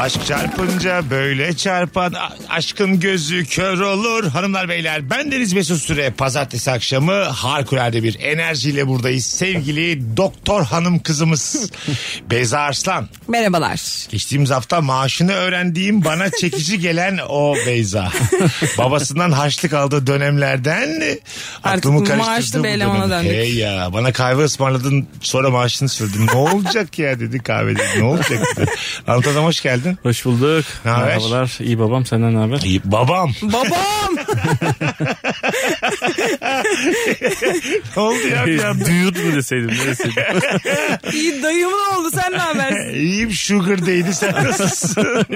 Aşk çarpınca böyle çarpan a- aşkın gözü kör olur. Hanımlar beyler ben Deniz Mesut Süre. Pazartesi akşamı harikulade bir enerjiyle buradayız. Sevgili doktor hanım kızımız Beyza Arslan. Merhabalar. Geçtiğimiz hafta maaşını öğrendiğim bana çekici gelen o Beyza. Babasından harçlık aldığı dönemlerden aklımı maaşlı karıştırdığı bu bir elemana dönem. döndük. Hey ya bana kahve ısmarladın sonra maaşını söyledin. Ne olacak ya dedi kahvede ne olacak dedi. Anlat Adam hoş geldin. Hoş bulduk. Ne haber? Merhabalar. İyi babam senden ne haber? İyi, babam. Babam. Ne oldu ya bir anda? Duyut mu deseydim ne deseydim? İyi dayım oldu sen ne habersin? İyiyim sugar değdi sen nasılsın?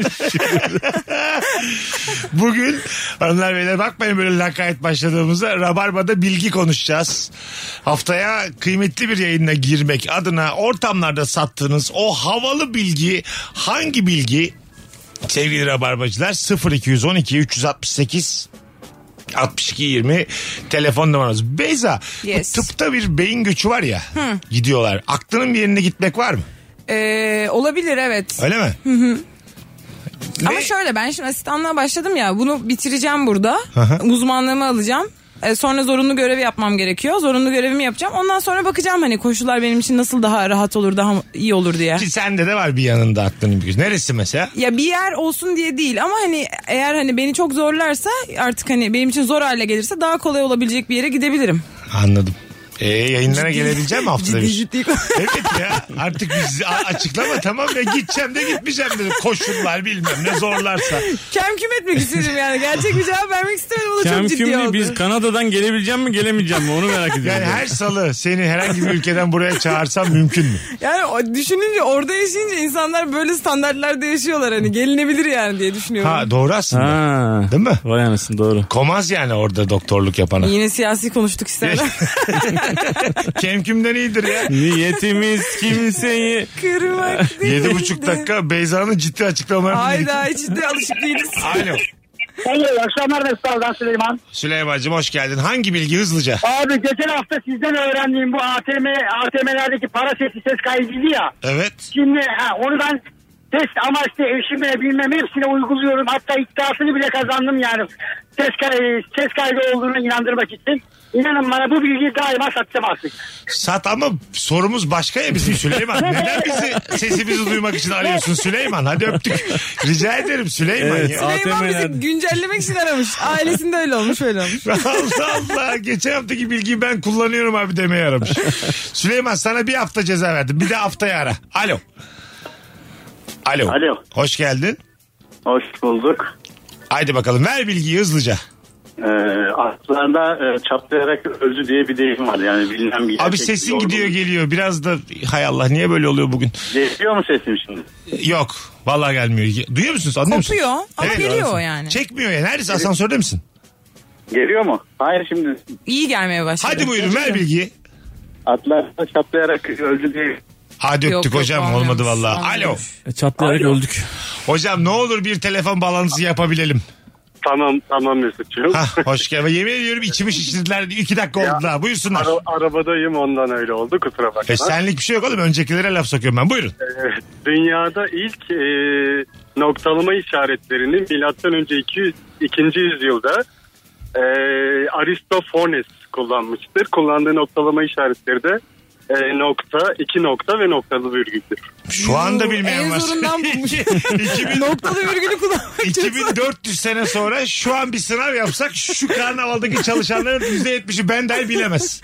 Bugün hanımlar beyler bakmayın böyle lakayet başladığımızda Rabarba'da bilgi konuşacağız. Haftaya kıymetli bir yayına girmek adına ortamlarda sattığınız o havalı bilgi hangi bilgi? Sevgili Rabarbacılar 0212 368 62 20 telefon numaranız. Beyza bu Yes. tıpta bir beyin göçü var ya gidiyorlar. Aklının bir yerine gitmek var mı? Ee, olabilir evet. Öyle mi? Ama şöyle ben şimdi asistanlığa başladım ya bunu bitireceğim burada. Uzmanlığımı alacağım. Ee, sonra zorunlu görevi yapmam gerekiyor. Zorunlu görevimi yapacağım. Ondan sonra bakacağım hani koşullar benim için nasıl daha rahat olur daha iyi olur diye. Ki sende de var bir yanında aklının bir gücü. Neresi mesela? Ya bir yer olsun diye değil ama hani eğer hani beni çok zorlarsa artık hani benim için zor hale gelirse daha kolay olabilecek bir yere gidebilirim. Anladım. Ee, yayınlara gelebileceğim mi haftada Ciddi bir? ciddi. Evet ya artık biz a- açıklama tamam ya gideceğim de gitmeyeceğim de koşullar bilmem ne zorlarsa. Kem küm etmek istedim yani. Gerçek bir cevap vermek istemedim. O da Kem çok ciddi oldu. kimli biz Kanada'dan gelebileceğim mi gelemeyeceğim mi onu merak ediyorum. Yani her salı seni herhangi bir ülkeden buraya çağırsam mümkün mü? Yani o- düşününce orada yaşayınca insanlar böyle standartlarda yaşıyorlar hani gelinebilir yani diye düşünüyorum. Ha doğru aslında. Ha. Değil mi? Vay anasını doğru. Komaz yani orada doktorluk yapana. Yine siyasi konuştuk istemem. Kemkümden iyidir ya. Niyetimiz kimseyi. Kırmak değil. Yedi buçuk dakika Beyza'nın ciddi açıklama. Hayda hiç de alışık değiliz. Alo. Alo, iyi akşamlar Mesut'tan Süleyman. Süleyman'cığım hoş geldin. Hangi bilgi hızlıca? Abi geçen hafta sizden öğrendiğim bu ATM, ATM'lerdeki para sesi ses kaydıydı ya. Evet. Şimdi ha, onu ben test amaçlı eşime bilmem hepsine uyguluyorum. Hatta iddiasını bile kazandım yani. Ses, kay- ses kaydı olduğunu inandırmak için. İnanın bana bu bilgiyi daima satacağım artık. Sat ama sorumuz başka ya bizim Süleyman. Neden bizi sesimizi duymak için arıyorsun Süleyman? Hadi öptük. Rica ederim Süleyman Evet. ya. Süleyman bizi ATM'lerde. güncellemek için aramış. Ailesinde öyle olmuş öyle olmuş. Allah Allah. Geçen haftaki bilgiyi ben kullanıyorum abi demeye aramış. Süleyman sana bir hafta ceza verdim. Bir de haftaya ara. Alo. Alo. Alo. Hoş geldin. Hoş bulduk. Haydi bakalım ver bilgiyi hızlıca. Ee, aslında e, çatlayarak öldü diye bir deyim var. Yani bilinen bir Abi gerçek. sesin Yorgun- gidiyor geliyor. Biraz da hay Allah niye böyle oluyor bugün? Geliyor mu sesim şimdi? Yok. Vallahi gelmiyor. Duyuyor musunuz? Anlıyor musun? Kopuyor ama Evet. geliyor yani. Çekmiyor ya. Neredesin? Asansörde misin? Geliyor mu? Hayır şimdi İyi gelmeye başladı. Hadi buyurun ver bilgiyi. atlarda çatlayarak öldü diye. Hadi Yok, öptük yok, hocam olmuyor. olmadı vallahi. Olmuyor. Alo. E, Çatlayarak öldük. Hocam ne olur bir telefon bağlantısı yapabilelim. Tamam tamam Mesut'cuğum. Hah hoş geldin. Yemin ediyorum içimi şişirdiler. İki dakika oldu daha. Buyursunlar. Ara- arabadayım ondan öyle oldu kusura bakma. E, senlik bir şey yok oğlum. Öncekilere laf sokuyorum ben. Buyurun. Ee, dünyada ilk e, noktalama işaretlerini milattan önce 200, 2. yüzyılda e, Aristofanes kullanmıştır. Kullandığı noktalama işaretleri de e, nokta, iki nokta ve noktalı virgüldür. Şu anda bilmeyen en var. zorundan bulmuş. 2000, Noktalı virgülü kullanmak çok 2400 sene sonra şu an bir sınav yapsak şu karnavaldaki çalışanların %70'i ben dahi bilemez.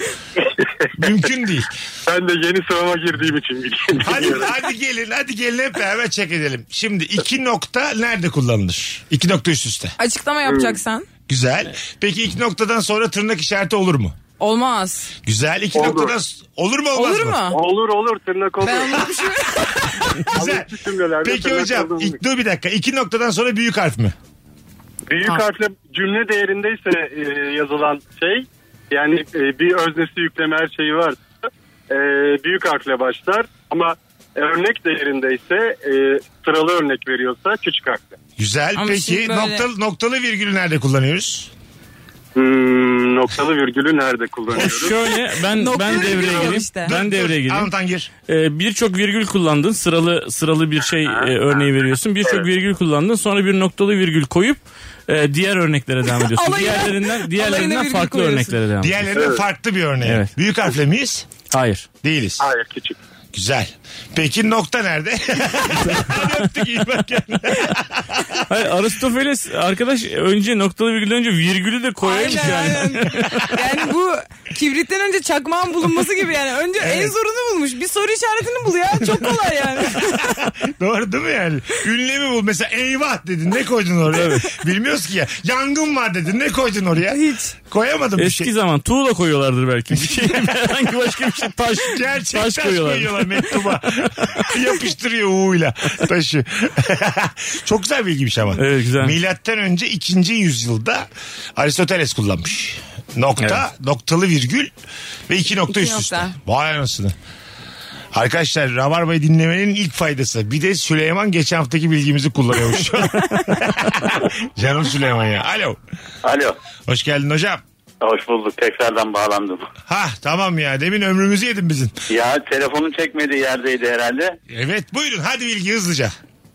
Mümkün değil. Ben de yeni sınava girdiğim için biliyorum. Hadi, hadi gelin hadi gelin hep beraber çek edelim. Şimdi iki nokta nerede kullanılır? İki nokta üst üste. Açıklama yapacaksan. Güzel. Peki iki noktadan sonra tırnak işareti olur mu? Olmaz. Güzel. iki Olur. noktadan s- olur mu olmaz Olur mı? mu? Olur olur tırnak olur. Ben onu düşünüyorum. Güzel. Abi, cümlelerde Peki tırnak hocam olduğunu ilk, dur bir dakika. İki noktadan sonra büyük harf mı? Büyük Ha. harfle cümle değerindeyse e, yazılan şey yani e, bir öznesi yükleme her şeyi var. E, büyük harfle başlar ama Örnek değerinde ise e, sıralı örnek veriyorsa küçük harfli. Güzel. Ama Peki şimdi böyle- noktalı, noktalı virgülü nerede kullanıyoruz? Hmm, noktalı virgülü nerede kullanıyoruz? Şöyle ben Noktayı ben devreye biliyorum gireyim. işte. Ben devreye gireyim. Anlatan gir. Ee, birçok virgül kullandın. Sıralı sıralı bir şey e, örneği veriyorsun. Birçok virgül kullandın. Sonra bir noktalı virgül koyup e, diğer örneklere devam ediyorsun. Alayına- diğerlerinden diğerlerinden alayına virgül farklı koyuyorsun. örneklere devam ediyorsun. Diğerlerine farklı bir örneği. Evet. Büyük harfle miyiz? Hayır. Değiliz. Hayır küçük. Güzel. Peki nokta nerede? Hadi öptük iyi bak kendine. Hayır Aristoteles arkadaş önce noktalı virgülden önce virgülü de koyaymış Aynen, yani. aynen. yani bu kibritten önce çakmağın bulunması gibi yani. Önce en zorunu bulmuş. Bir soru işaretini bul ya. Çok kolay yani. Doğru değil mi yani? Ünlemi bul. Mesela eyvah dedin. Ne koydun oraya? Bilmiyoruz ki ya. Yangın var dedin. Ne koydun oraya? Hiç. Koyamadım bir Eski şey. zaman tuğla koyuyorlardır belki. Bir şey herhangi başka bir şey taş. Gerçek taş, koyuyorlar. mektuba. Yapıştırıyor uğuyla taşı. Çok güzel bilgiymiş ama. Evet, güzel. Milattan önce 2. yüzyılda Aristoteles kullanmış. Nokta, noktalı virgül ve iki nokta İki üst üste. nokta. Vay anasını. Arkadaşlar Rabarba'yı dinlemenin ilk faydası. Bir de Süleyman geçen haftaki bilgimizi kullanıyormuş. Canım Süleyman ya. Alo. Alo. Hoş geldin hocam. Hoş bulduk. Tekrardan bağlandım. Ha tamam ya demin ömrümüzü yedin bizim. Ya telefonun çekmediği yerdeydi herhalde. Evet buyurun hadi bilgi hızlıca.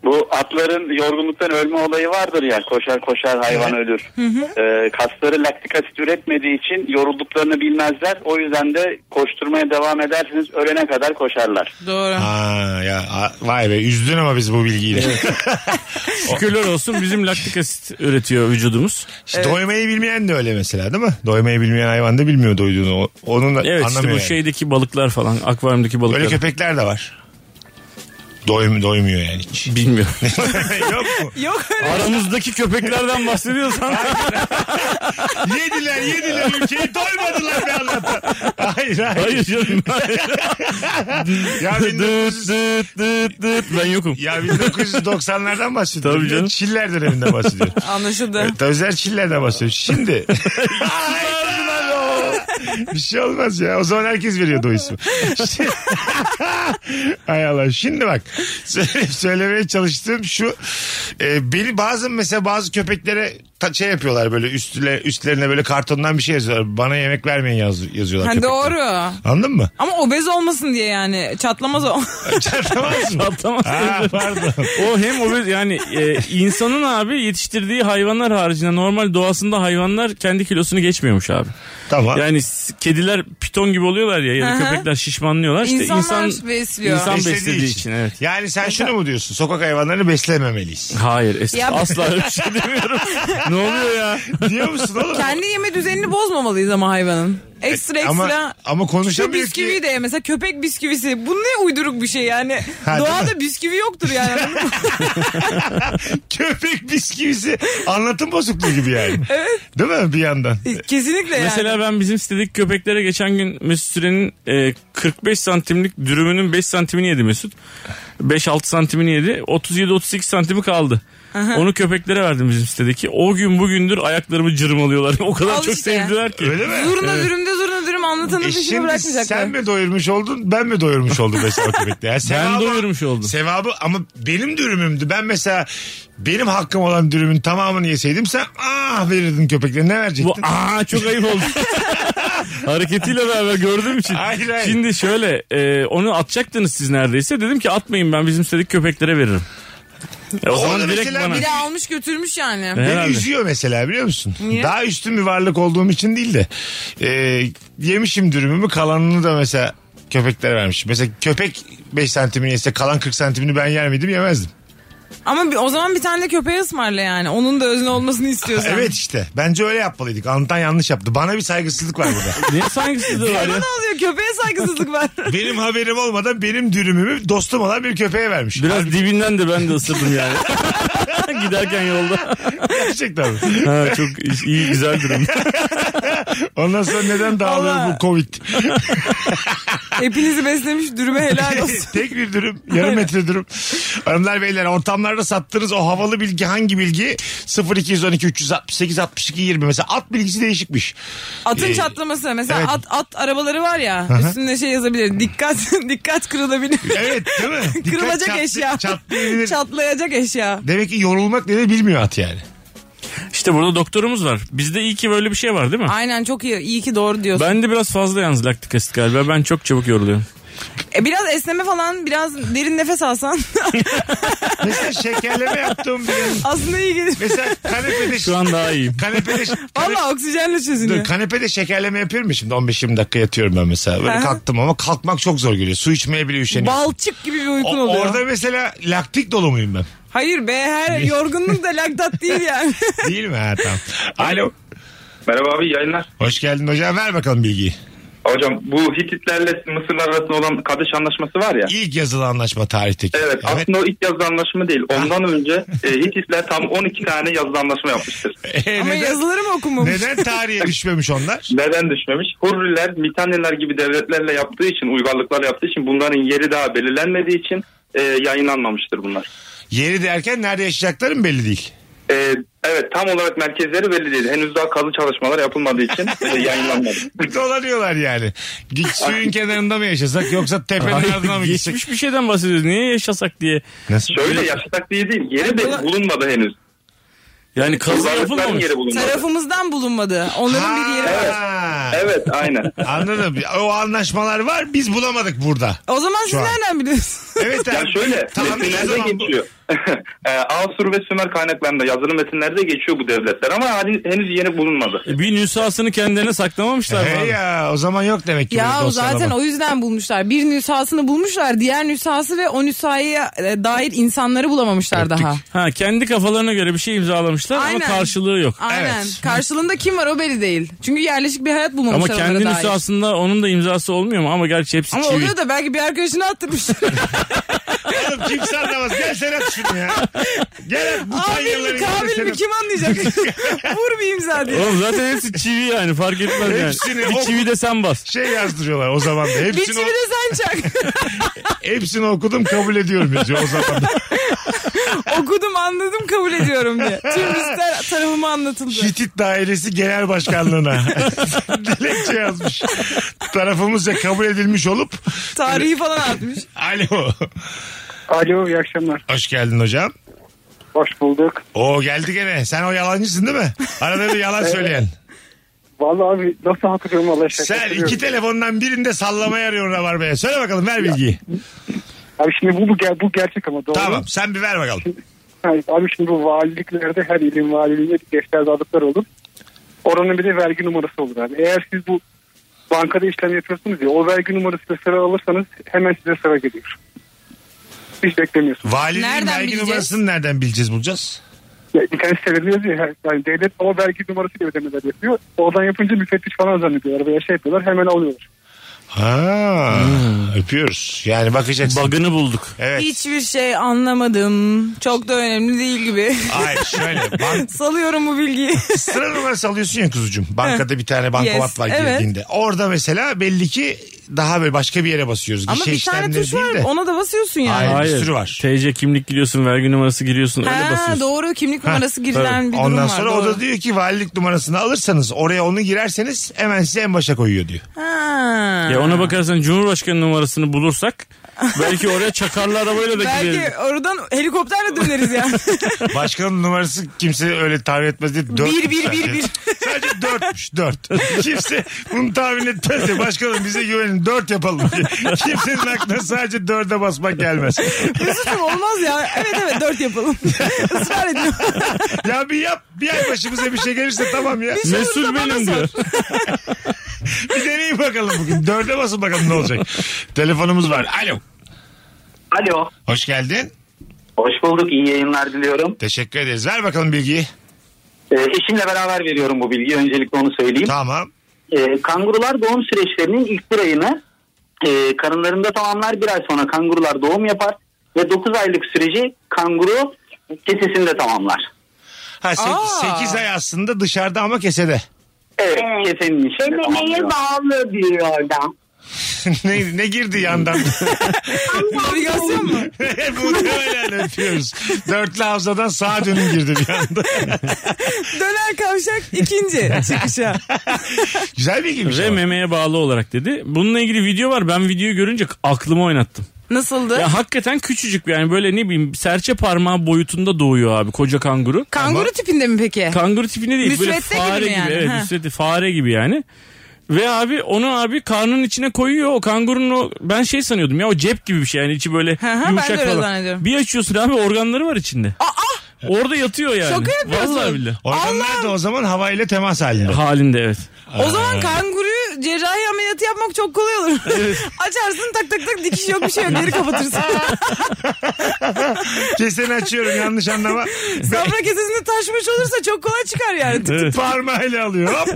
Bu atların yorgunluktan ölme olayı vardır ya. Koşar koşar hayvan ölür. Ee, kasları laktik asit üretmediği için yorulduklarını bilmezler. O yüzden de koşturmaya devam edersiniz. Ölene kadar koşarlar. Doğru. Aa, ya a- vay be üzdün ama biz bu bilgiyle. Şükürler olsun bizim laktik asit üretiyor vücudumuz. İşte Doymayı bilmeyen de öyle mesela değil mi? Doymayı bilmeyen hayvan da bilmiyor doyduğunu. O- Onun Evet işte bu şey- anlamıyor. yani. şeydeki balıklar falan akvaryumdaki balıklar. Böyle köpekler de var. Doyum, doymuyor yani hiç. Bilmiyorum. Yok mu? Yok öyle. Aramızdaki köpeklerden bahsediyorsan Yediler yediler ülkeyi doymadılar be anlatan. Hayır hayır. hayır canım. hayır. Ya, Dıt 1900 dıt dıt dıt. ben yokum. ya 1990'lardan bahsediyorum. Tabii canım. Çiller döneminden bahsediyorum. Anlaşıldı. Özel Çiller'den bahsediyorum. Şimdi. bir şey olmaz ya. O zaman herkes veriyordu o ismi. Şimdi- Hay Allah. Şimdi bak. söyle- söylemeye çalıştığım şu. E, beni bazen mesela bazı köpeklere ta- şey yapıyorlar böyle üstüne, üstlerine böyle kartondan bir şey yazıyorlar. Bana yemek vermeyin yaz, yazıyorlar. Ha, köpekler. doğru. Anladın mı? Ama obez olmasın diye yani. Çatlamaz o. Çarpamaz mı? Atlamaz. Ha, pardon. o hem obez yani e, insanın abi yetiştirdiği hayvanlar haricinde normal doğasında hayvanlar kendi kilosunu geçmiyormuş abi. Tamam. Yani s- kediler piton gibi oluyorlar ya ya da Hı hı. köpekler şişmanlıyorlar. İşte İnsanlar insan besliyor. insan Beslediği beslediği için. evet. Yani sen şunu mu diyorsun? Sokak hayvanlarını beslememeliyiz. Hayır es- Ya- asla öyle bir şey demiyorum. ne oluyor ya? Diyor musun oğlum? Kendi yeme düzenini bozmamalıyız ama hayvanın. Ekstra ekstra. E, Ama, ama Şu konuşamıyor ki. bisküvi de ye. mesela köpek bisküvisi. Bu ne uyduruk bir şey yani. Ha, değil Doğada bisküvi yoktur yani. Köpek bisküvisi anlatım bozukluğu gibi yani. Değil mi bir yandan? Kesinlikle yani. Mesela ben bizim sitedeki köpeklere geçen gün Mesut Süren'in e, 45 santimlik dürümünün 5 santimini yedi Mesut. 5-6 santimini yedi. 37-38 santimi kaldı. Onu köpeklere verdim bizim sitedeki. O gün bugündür ayaklarımı cırmalıyorlar. o kadar Al çok işte. sevdiler ki. Öyle mi? Zurna dürümde zurna dürüm anlatanın E peşini şimdi bırakmayacaklar. sen mi doyurmuş oldun ben mi doyurmuş oldum mesela o köpekle? Yani Ben sevabı- doyurmuş oldum. Sevabı ama benim dürümümdü. Ben mesela benim hakkım olan dürümün tamamını yeseydim sen ah verirdin köpeklere ne Bu verecektin? aa çok ayıp oldu. Hareketiyle beraber gördüğüm için. Hayır, hayır. Şimdi şöyle e, onu atacaktınız siz neredeyse. Dedim ki atmayın ben bizim sitedeki köpeklere veririm. E, o O da zaman direkt mesela bana. Bir de almış götürmüş yani. Beni Herhalde. üzüyor mesela biliyor musun? Niye? Daha üstün bir varlık olduğum için değil de. e, yemişim dürümümü kalanını da mesela köpeklere vermişim. Mesela köpek 5 santimini yese kalan 40 santimini ben yer miydim yemezdim. Ama bir- o zaman bir tane de köpeğe ısmarla yani. Onun da özne olmasını istiyorsan. Evet işte. Bence öyle yapmalıydık. Anlatan yanlış yaptı. Bana bir saygısızlık var burada. Ne saygısızlığı var Bana ya? ne oluyor köpeğe saygısızlık var. benim haberim olmadan benim dürümümü dostum olan bir köpeğe vermiş. Biraz dibinden de ben de ısırdım yani. Giderken yolda. Gerçekten. mi? Ha, çok iyi güzel durum. Ondan sonra neden dağılıyor Allah. bu Covid? Hepinizi beslemiş dürüme helal olsun. Tek bir dürüm. Yarım metre dürüm. Hanımlar beyler ortamlar ortamlarda sattığınız o havalı bilgi hangi bilgi? 0212 368 62 20. Mesela at bilgisi değişikmiş. Atın Ee, çatlaması. Mesela evet. at, at arabaları var ya üstünde şey yazabilir. Dikkat dikkat kırılabilir. Evet değil mi? Dikkat Kırılacak çatlı- eşya. Çatlayabilir. Çatlayacak eşya. Demek ki yorulmak ne de bilmiyor at yani. İşte burada doktorumuz var. Bizde iyi ki böyle bir şey var değil mi? Aynen çok iyi. İyi ki doğru diyorsun. Ben de biraz fazla yalnız laktik asit galiba. Ben çok çabuk yoruluyorum. E, biraz esneme falan biraz derin nefes alsan Mesela şekerleme yaptığım bir gün. aslında iyi gelir. Mesela kanepede... Şu an daha iyiyim. Kanepede... Valla oksijenle Dur, çözünüyor. kanepede şekerleme yapıyorum ya şimdi 15-20 dakika yatıyorum ben mesela. Böyle Aha. kalktım ama kalkmak çok zor geliyor. Su içmeye bile üşeniyorum. Balçık gibi bir uykun O- oluyor. orada mesela laktik dolu muyum ben? Hayır be her yorgunluk da laktat değil yani. Değil mi? Ha, tamam. Alo. Merhaba abi yayınlar. Hoş geldin hocam. Ver bakalım bilgiyi. Hocam bu Hititlerle Mısırlar arasında olan Kadeş Anlaşması var ya. İlk yazılı anlaşma tarihteki. Evet, aslında o ilk yazılı anlaşma değil. Ondan önce e, Hititler tam 12 tane yazılı anlaşma yapmıştır. E, Ama neden, yazıları mı okumamış? neden tarihe düşmemiş onlar? Neden düşmemiş? Hurriler, Mitanniler gibi devletlerle yaptığı için, uygarlıklarla yaptığı için bunların yeri daha belirlenmediği için e, yayınlanmamıştır bunlar. Yeri derken nerede yaşayacakları mı belli değil. E, evet, tam olarak merkezleri belli değil. Henüz daha kazı çalışmalar yapılmadığı için e, yayınlanmadı. Dolanıyorlar yani. Git suyun kenarında mı yaşasak yoksa tepenin ardına mı gitsek? Geçmiş bir şeyden bahsediyoruz. Niye yaşasak diye. Nasıl? Şöyle yaşasak diye değil, yeri de bulunmadı henüz. Yani kazı Uygarlıkların yapılmamış. yeri bulunmadı. Tarafımızdan bulunmadı. Onların bir yeri var. Ha, Evet, aynen. Anladım. O anlaşmalar var biz bulamadık burada. O zaman siz Şu an. nereden biliyorsunuz? Evet Ya abi. şöyle Tahmin ne metinlerde zaman bu? geçiyor. Ee, Asur ve Sümer kaynaklarında yazılı metinlerde geçiyor bu devletler ama hani henüz yeni bulunmadı. E, Bir nüshasını kendilerine saklamamışlar. He falan. ya o zaman yok demek ki. böyle ya dosyalama. zaten o yüzden bulmuşlar. Bir nüshasını bulmuşlar. Diğer nüshası ve o nüshaya e, dair insanları bulamamışlar daha. Ha, kendi kafalarına göre bir şey imzalamışlar Aynen. ama karşılığı yok. Aynen. Evet. Karşılığında kim var o belli değil. Çünkü yerleşik bir hayat Ama bulmamışlar onlara kendi dair. nüshasında onun da imzası olmuyor mu? Ama gerçi hepsi Ama çivi. oluyor da belki bir arkadaşını attırmışlar. Oğlum kimse anlamaz. Gel sen at şunu ya. Gel at bu Abi tanyaları. mi kabil mi kim anlayacak? Vur bir imza diye. Oğlum zaten hepsi çivi yani fark etmez yani. Hepsini bir ok- çivi de sen bas. Şey yazdırıyorlar o zaman da. Hepsini, Biçimi de sen çak. hepsini okudum kabul ediyorum yazıyor o zaman da. Okudum anladım kabul ediyorum diye. Tüm ister tarafıma anlatıldı. Hitit Dairesi Genel Başkanlığı'na dilekçe yazmış. Tarafımızca kabul edilmiş olup Tarihi falan atmış. alo. Alo iyi akşamlar. Hoş geldin hocam. Hoş bulduk. Oo geldi gene. Sen o yalancısın değil mi? Arada bir yalan söyleyen. Vallahi abi nasıl hatırlıyorum Allah şaka. Sen iki telefondan birinde sallamaya arıyorsun Rabar Bey'e. Söyle bakalım ver bilgiyi. Abi şimdi bu, bu, ger- bu gerçek ama doğru. Tamam sen bir ver bakalım. Yani abi şimdi bu valiliklerde her ilin valiliğinde bir defterdarlıklar olur. Oranın bir de vergi numarası olur abi. Eğer siz bu bankada işlem yapıyorsunuz ya o vergi numarasıyla sıra alırsanız hemen size sıra geliyor. Hiç beklemiyorsunuz. Valinin Nereden vergi bileceğiz? numarasını nereden bileceğiz bulacağız? Ya, internet sitelerinde yazıyor. ya, Yani devlet o vergi numarasıyla ödemeler yapıyor. Oradan yapınca müfettiş falan zannediyorlar veya şey yapıyorlar hemen alıyorlar. Ha, öpüyoruz. Yani bakacaksın. Bug'ını bulduk. evet. Hiçbir şey anlamadım. Çok da önemli değil gibi. Hayır şöyle. Bank, Salıyorum bu bilgiyi. sıra numarası alıyorsun ya kuzucuğum. Bankada bir tane bankomat Yes, var evet. girdiğinde. Orada mesela belli ki daha böyle başka bir yere basıyoruz. Ama Gişe bir tane işlemleri tuş değil var. de. Ona da basıyorsun yani. Hayır, bir sürü var. TC kimlik giriyorsun, vergi numarası giriyorsun, öyle Ha, basıyorsun. doğru kimlik numarası girilen bir durum Ondan var. sonra o doğru. da diyor ki valilik numarasını alırsanız oraya onu girerseniz hemen size en başa koyuyor diyor. Ha. Ya ona bakarsan Cumhurbaşkanı numarasını bulursak belki oraya çakarlı arabayla da gideriz. Belki oradan helikopterle döneriz ya. Başkanın numarası kimse öyle tahmin etmez diye. Dört Bir, bir, bir, bir. Sadece dörtmüş dört. Kimse bunu tahmin etmez diye. Başkanım bize güvenin dört yapalım diye. Kimsenin aklına sadece dörde basmak gelmez. Mesut'um olmaz ya. Evet evet dört yapalım. Israr ediyorum. Ya bir yap bir ay başımıza bir şey gelirse tamam ya. Mesul benim diyor. Bir deneyin bakalım bugün. Dörde basın bakalım ne olacak. Telefonumuz var. Alo. Alo. Hoş geldin. Hoş bulduk. iyi yayınlar diliyorum. Teşekkür ederiz. Ver bakalım bilgiyi. Ee, eşimle beraber veriyorum bu bilgiyi. Öncelikle onu söyleyeyim. Tamam. Ee, kangurular doğum süreçlerinin ilk bir ayını e, karınlarında tamamlar. Bir ay sonra kangurular doğum yapar. Ve 9 aylık süreci kanguru kesesinde tamamlar. Ha, se- Aa. sekiz ay aslında dışarıda ama kesede. Evet, kesenin içinde Denemeye tamamlıyor. bağlı diyor orada. ne, ne girdi yandan? Navigasyon mu? Muhtemelen öpüyoruz. Dörtlü havzadan sağa dönüm girdi bir anda. Döner kavşak ikinci çıkışa. Güzel bilgiymiş Ve ama. memeye bağlı olarak dedi. Bununla ilgili video var. Ben videoyu görünce aklımı oynattım. Nasıldı? Ya hakikaten küçücük yani böyle ne bileyim serçe parmağı boyutunda doğuyor abi koca kanguru. Kanguru tipinde mi peki? Kanguru tipinde değil böyle Müsvedde gibi fare gibi, mi yani? evet Ha. müsvedde, fare gibi yani. Ve abi onu abi karnının içine koyuyor o kangurunun o ben şey sanıyordum ya o cep gibi bir şey yani içi böyle Hı hı, ben de yumuşak öyle falan. zannediyorum. Bir açıyorsun abi organları var içinde. Aa, Orada yatıyor yani. Şaka yapıyorsun. Vallahi billahi. Organlar da o zaman havayla temas halinde. Halinde evet. o Ee. zaman kanguruyu cerrahi ameliyatı yapmak çok kolay olur. Açarsın tak tak tak dikiş yok bir şey yok geri kapatırsın. Keseni açıyorum yanlış anlama. Safra kesesinde taşmış olursa çok kolay çıkar yani. Evet. Parmağıyla alıyor. Hop.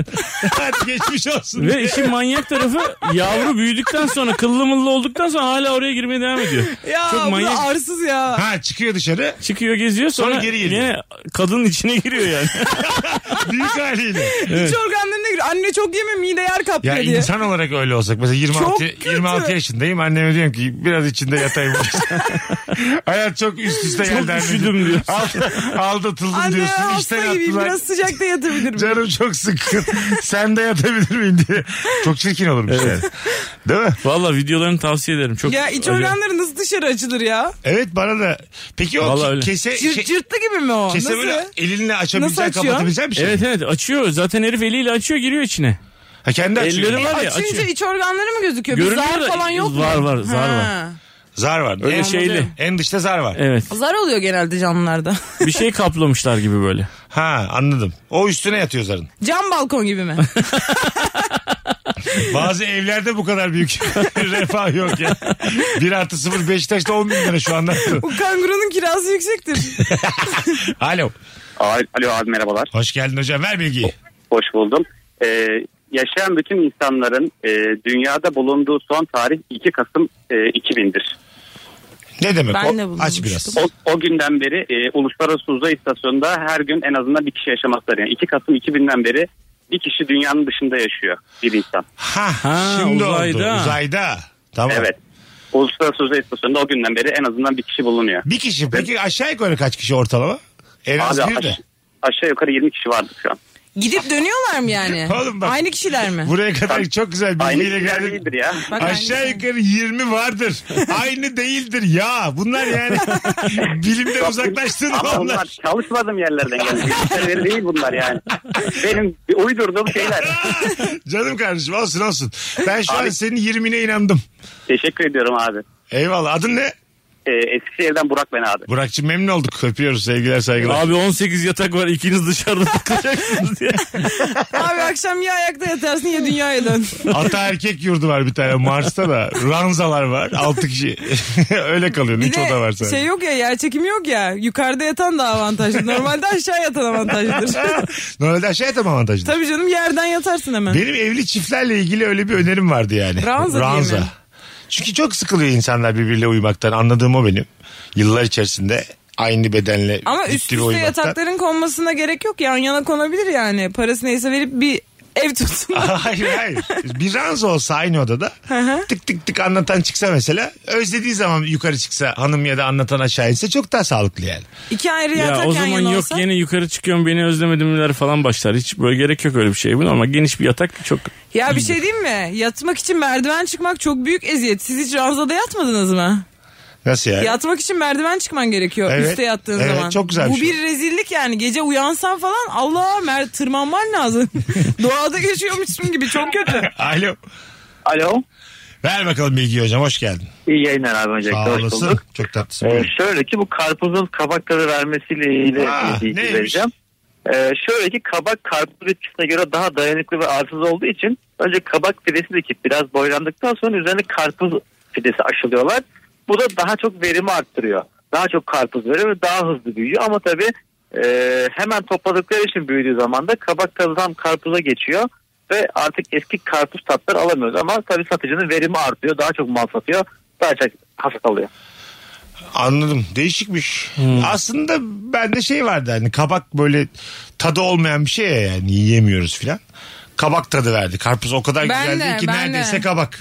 Hadi geçmiş olsun. Ve işin manyak tarafı yavru büyüdükten sonra kıllı mıllı olduktan sonra hala oraya girmeye devam ediyor. Ya Çok bu manyak. da arsız ya. Ha çıkıyor dışarı. Çıkıyor geziyor sonra, Sonra geri geliyor. yine kadının içine giriyor yani. Büyük haliyle. İç organlarına giriyor. Anne çok yeme mide yer kaplıyor Ya diye. insan olarak öyle olsak. Mesela Çok 26, kötü. 26 yaşındayım. Anneme diyorum ki biraz içinde yatayım. Hayat çok üst üste geldi. Çok anne. üşüdüm diyor. Ald- Aldatıldım Anne diyorsun. İşten hasta gibiyim yattılar. biraz sıcakta yatabilir miyim? Canım çok sıkkın. Sen de yatabilir miyim diye. Çok çirkin olurmuş yani. Değil mi? Valla videolarını tavsiye ederim. Çok Ya iç öyle- organları nasıl dışarı açılır ya? Evet bana da. Peki o Vallahi ke- öyle. kese, Cırt şey- ke- cırtlı gibi mi o? kese Nasıl? böyle elinle Nasıl açabileceğin açıyor? kapatabileceğin bir şey. Evet evet açıyor. Zaten herif eliyle açıyor giriyor içine. Ha, kendi açıyor. Elleri var ya Açınca açıyor. iç organları mı gözüküyor? Görünüyor bir zar da- falan yok mu? var, var, zar Ha. Zar var. Öyle en, şeyli. En dışta zar var. Evet. Zar oluyor genelde canlılarda. Bir şey kaplamışlar gibi böyle. Ha anladım. O üstüne yatıyor zarın. Cam balkon gibi mi? Bazı evlerde bu kadar büyük refah yok ya. 1 artı 0 Beşiktaş'ta 10 bin lira şu anda. Bu kangurunun kirası yüksektir. Alo. Alo, alo abi merhabalar. Hoş geldin hocam. Ver bilgiyi. Hoş buldum. Ee, yaşayan bütün insanların e, dünyada bulunduğu son tarih 2 Kasım e, 2000'dir. Ne demek Ben de o? bulmuştum. Aç biraz. O, o günden beri e, Uluslararası Uzay İstasyonu'nda her gün en azından bir kişi yaşamaktadır. Yani 2 Kasım 2000'den beri bir kişi dünyanın dışında yaşıyor bir insan. Ha, Ha, şimdi uzayda. oldu. Uzayda. Tamam. Evet. Uluslararası Uzay İstasyonu'nda o günden beri en azından bir kişi bulunuyor. Bir kişi. Peki aşağı yukarı kaç kişi ortalama? En az Abi bir de. aş- aşağı yukarı 20 kişi vardı şu an. Gidip dönüyorlar mı yani? Oğlum bak. Aynı kişiler mi? Buraya kadar çok güzel Aynı bilgiyle kişiler geldin. değildir ya. Bak Aşağı aynı- yukarı 20 vardır. Aynı değildir ya. Bunlar yani bilimden uzaklaştığın Ama bunlar onlar. çalışmadığım yerlerden geldi. Bilgisayarları değil bunlar yani. Benim uydurduğum şeyler. Canım kardeşim olsun olsun. Ben şu an Abi- senin 20'ine inandım. Teşekkür ediyorum abi. Eyvallah. Adın ne? Ee, Eskişehir'den Burak ben abi. Burak'cığım memnun olduk. Öpüyoruz sevgiler saygılar. Abi 18 yatak var ikiniz dışarıda takılacaksınız diye. Abi akşam ya ayakta yatarsın ya dünyaya dön. Ata erkek yurdu var bir tane Mars'ta da. Ranzalar var. 6 kişi. Öyle kalıyor. Bir 3 oda var de sadece. şey yok ya yer çekimi yok ya. Yukarıda yatan daha avantajlı. Normalde aşağı yatan avantajlıdır. Normalde aşağıya tam avantajlı. Tabii canım yerden yatarsın hemen. Benim evli çiftlerle ilgili öyle bir önerim vardı yani. Ranza diye mi? Çünkü çok sıkılıyor insanlar birbiriyle uyumaktan. Anladığım o benim. Yıllar içerisinde aynı bedenle Ama ip üst gibi üste uyumaktan. yatakların konmasına gerek yok. Yan yana konabilir yani. Parası neyse verip bir ev tutsun. hayır hayır. Bir ranza olsa aynı odada tık tık tık anlatan çıksa mesela özlediği zaman yukarı çıksa hanım ya da anlatan aşağı inse çok daha sağlıklı yani. İki ayrı yatak ya yan o zaman yana yok olsa. yine yukarı çıkıyorum beni özlemedimler falan başlar. Hiç böyle gerek yok öyle bir şey. Bu ama geniş bir yatak çok Ya bir şey diyeyim mi? Yatmak için merdiven çıkmak çok büyük eziyet. Siz hiç ranzada yatmadınız mı? Nasıl yani? Yatmak için merdiven çıkman gerekiyor Evet. üste yattığın Evet, zaman. çok güzel Bu bir şey. bir rezillik yani. Gece uyansan falan Allah mer tırmanman lazım. Doğada yaşıyormuşsun gibi çok kötü. Alo. Alo. Ver bakalım bilgiyi hocam hoş geldin. İyi yayınlar abi öncelikle. Sağ Hoş olasın. bulduk. Çok tatlısın. Ee, Buyurun. şöyle ki bu karpuzun kabakları vermesiyle ilgili Ha, bilgi Ah, neymiş? vereceğim. Ee, şöyle ki kabak karpuz bitkisine göre daha dayanıklı ve arsız olduğu için önce kabak fidesi dikip biraz boylandıktan sonra üzerine karpuz fidesi aşılıyorlar. Bu da daha çok verimi arttırıyor. Daha çok karpuz veriyor ve daha hızlı büyüyor ama tabii e, hemen topladıkları için büyüdüğü zaman da kabak tadı tam karpuza geçiyor ve artık eski karpuz tatları alamıyoruz ama tabii satıcının verimi artıyor. Daha çok mal satıyor. Daha çok hasat alıyor. Anladım. Değişikmiş. Hmm. Aslında bende şey vardı hani kabak böyle tadı olmayan bir şey ya yani yiyemiyoruz filan. Kabak tadı verdi. Karpuz o kadar Ben güzeldi de, ki ben neredeyse de. kabak.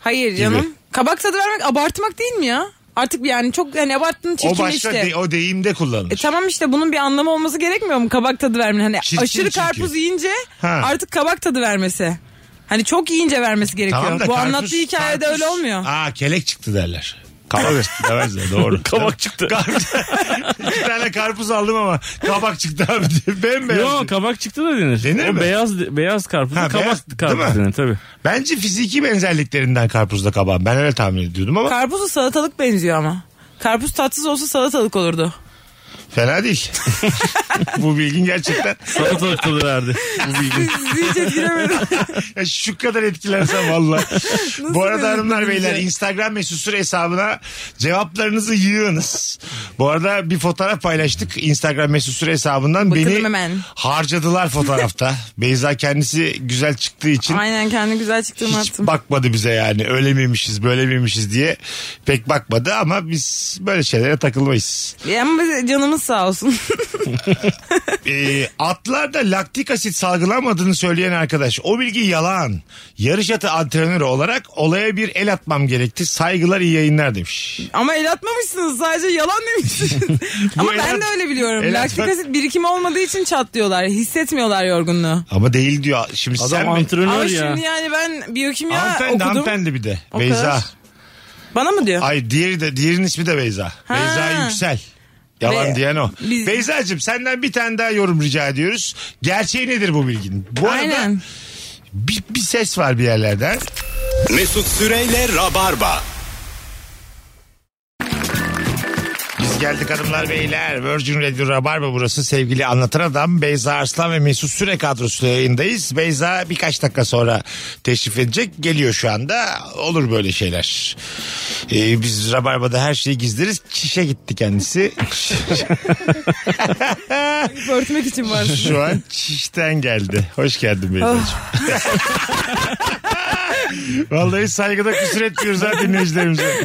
Hayır canım. Kabak tadı vermek abartmak değil mi ya? Artık yani çok yani abarttın O çirkinleşti. başka de- o deyimde kullanılır. E tamam işte bunun bir anlamı olması gerekmiyor mu kabak tadı vermenin? Hani Çirkin aşırı çünkü. karpuz yiyince Ha. artık kabak tadı vermesi. Hani çok yiyince vermesi gerekiyor. Tamam da Bu karpuz- anlattığı hikayede karpuz- öyle olmuyor. Aa kelek çıktı derler. Kabak çıktı demezler doğru. Kabak çıktı. Karpuz- İki tane karpuz aldım ama kabak çıktı abi diye. Bembeyaz. Yok kabak çıktı da denir. Denir o mi? beyaz beyaz karpuz Ha, kabak beyaz, karpuz değil mi? denir tabii. Bence fiziki benzerliklerinden karpuzla kabağın. Ben öyle tahmin ediyordum ama Karpuzu salatalık benziyor ama. Karpuz tatsız olsa salatalık olurdu. fena değil. Bu bilgin gerçekten. Salatalık tadı verdi. Bu bilgi. Sizi hiç etkilemedi. Ya şu kadar etkilersen valla. Bu arada hanımlar üzüldünüz beyler ya? Instagram mesut süre hesabına cevaplarınızı yığınız. Bu arada bir fotoğraf paylaştık Instagram mesut süre hesabından. Bakalım beni hemen. harcadılar fotoğrafta. Beyza kendisi güzel çıktığı için Aynen kendi güzel çıktığımı hiç attım. bakmadı bize yani. Öyle miymişiz böyle miymişiz diye pek bakmadı ama biz böyle şeylere takılmayız. E Ama canımız sağ olsun. Ee, atlarda laktik asit salgılanmadığını söyleyen arkadaş. O bilgi yalan. Yarış atı antrenörü olarak olaya bir el atmam gerekti. Saygılar iyi yayınlar demiş. Ama el atmamışsınız sadece yalan demişsiniz. Ama el ben at- de öyle biliyorum. el Laktik atmak- asit birikimi olmadığı için çatlıyorlar. Hissetmiyorlar yorgunluğu. Ama değil diyor. Şimdi sen Adam mi? Ama antrenör ya. şimdi yani ben biyokimya Hanımefendi, okudum. hanımefendi bir de. O Beyza. kadar. Bana mı diyor? Ay diğeri de diğerinin ismi de Beyza. Ha. Beyza Yüksel. Yalan Be- diyen o. Biz- Beyza'cığım senden bir tane daha yorum rica ediyoruz. Gerçeği nedir bu bilginin? Bu arada Aynen. bir, bir ses var bir yerlerden. Mesut Süreyle Rabarba. Biz geldik hanımlar beyler. Virgin Radio Rabarba burası. Sevgili anlatan adam Beyza Arslan ve Mesut Süre kadrosuyla yayındayız. Beyza birkaç dakika sonra teşrif edecek. Geliyor şu anda. Olur böyle şeyler. Ee, biz Rabarba'da her şeyi gizleriz. Çişe gitti kendisi. Örtmek için var. şu an çişten geldi. Hoş geldin Beyza'cığım. Vallahi saygıda kusur etmiyoruz ha dinleyicilerimize.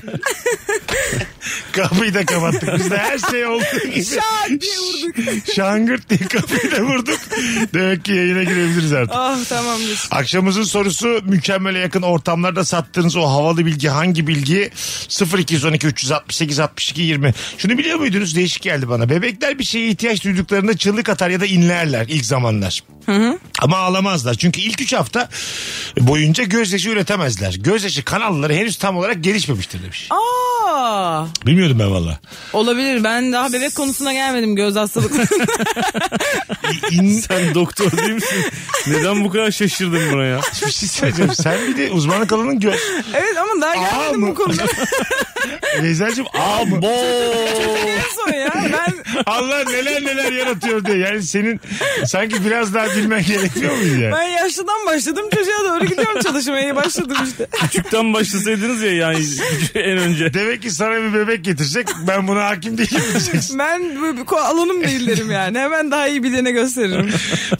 Kapıyı da kapattık. Biz de her şey olduğu gibi. Şak diye vurduk. Şangırt diye kapıyı da vurduk. Demek ki yayına girebiliriz artık. Ah tamamdır. Akşamımızın sorusu mükemmele yakın ortamlarda sattığınız o havalı bilgi hangi bilgi? 0212 368 62 20. Şunu biliyor muydunuz? Değişik geldi bana. Bebekler bir şeye ihtiyaç duyduklarında çığlık atar ya da inlerler ilk zamanlar. Ama ağlamazlar. Çünkü ilk 3 hafta boyunca gözyaşı üretemezler. Gözyaşı kanalları henüz tam olarak gelişmemiştir demiş. Aa, Bilmiyordum ben valla. olabilir. Ben daha bebek konusuna gelmedim göz hastalıkları. İn- Sen doktor değil misin? Neden bu kadar şaşırdın buna ya? bir şey söyleyeceğim. Sen bir de uzmanlık alanın göz. evet ama daha gelmedim mı? bu konuda. Beyza'cığım ağ mı? Abo! en son ya. Ben Allah neler neler yaratıyor diye. Yani senin sanki biraz daha bilmen gerekiyor muydu yani? ben yaşlıdan başladım çocuğa doğru gidiyorum çalışmaya başladım işte. Küçükten başlasaydınız ya yani en önce. Demek ki sana bir bebek getirecek. Ben buna hakim değilim diyeceksin. Ben bu- bu ko- alanım değil derim yani. Hemen daha iyi bilene gösteririm.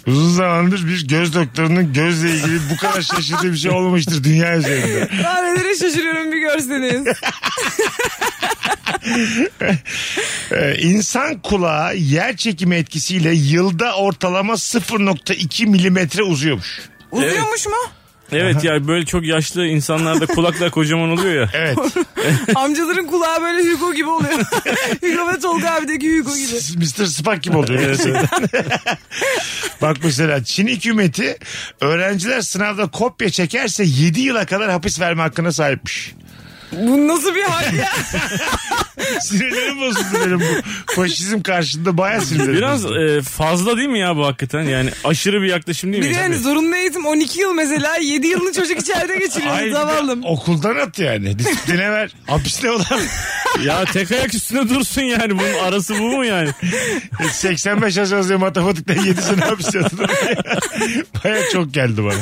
Uzun zamandır bir göz doktorunun gözle ilgili bu kadar şaşırdığı bir şey olmamıştır dünya üzerinde. Daha nelere şaşırıyorum bir görseniz. Ee, insan kulağı yer çekimi etkisiyle yılda ortalama 0.2 milimetre uzuyormuş. Uzuyormuş mu? Evet ya böyle çok yaşlı insanlarda kulaklar kocaman oluyor ya. Evet. Amcaların kulağı böyle Hugo gibi oluyor. Hugo ve Tolga abideki Hugo gibi. Mr. Spock gibi oluyor. Bak mesela Çin hükümeti öğrenciler sınavda kopya çekerse 7 yıla kadar hapis verme hakkına sahipmiş. Bu nasıl bir hal ya? Sinirlerim bozuldu benim bu. Faşizm karşında bayağı sinirlerim Biraz bozuldu. e, fazla değil mi ya bu hakikaten? Yani aşırı bir yaklaşım değil Bir mi? de yani zorunlu eğitim 12 yıl mesela 7 yılını çocuk içeride Ay, geçiriyor bir de e, zavallım. Okuldan at yani. Disipline ver. Hapiste olan Ya tek ayak üstüne dursun yani. Bunun arası bu mu yani? 85 yaşında matematikten 7 sene hapis yatırdı. Baya çok geldi bana.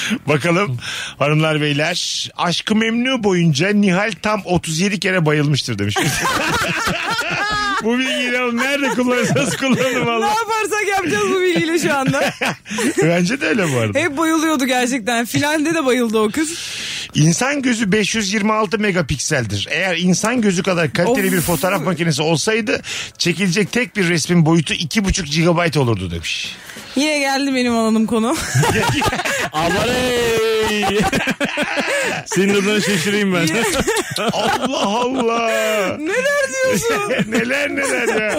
Bakalım hanımlar beyler. Aşkı Memnu boyunca Nihal tam 37 kere bayılmıştır demiş. Bu bilgiyi de alın. nerede kullanırsanız kullanın Ne valla. yaparsak yapacağız bu bilgiyle şu anda. Bence de öyle bu arada. Hep bayılıyordu gerçekten. Finalde de bayıldı o kız. İnsan gözü 526 megapikseldir. Eğer insan gözü kadar kaliteli Of. bir fotoğraf makinesi olsaydı çekilecek tek bir resmin boyutu 2,5 GB olurdu demiş. Yine geldi benim alanım konu. Aman ey. Senin adına şaşırayım ben. Allah Allah. Neler diyorsun? neler neler ya.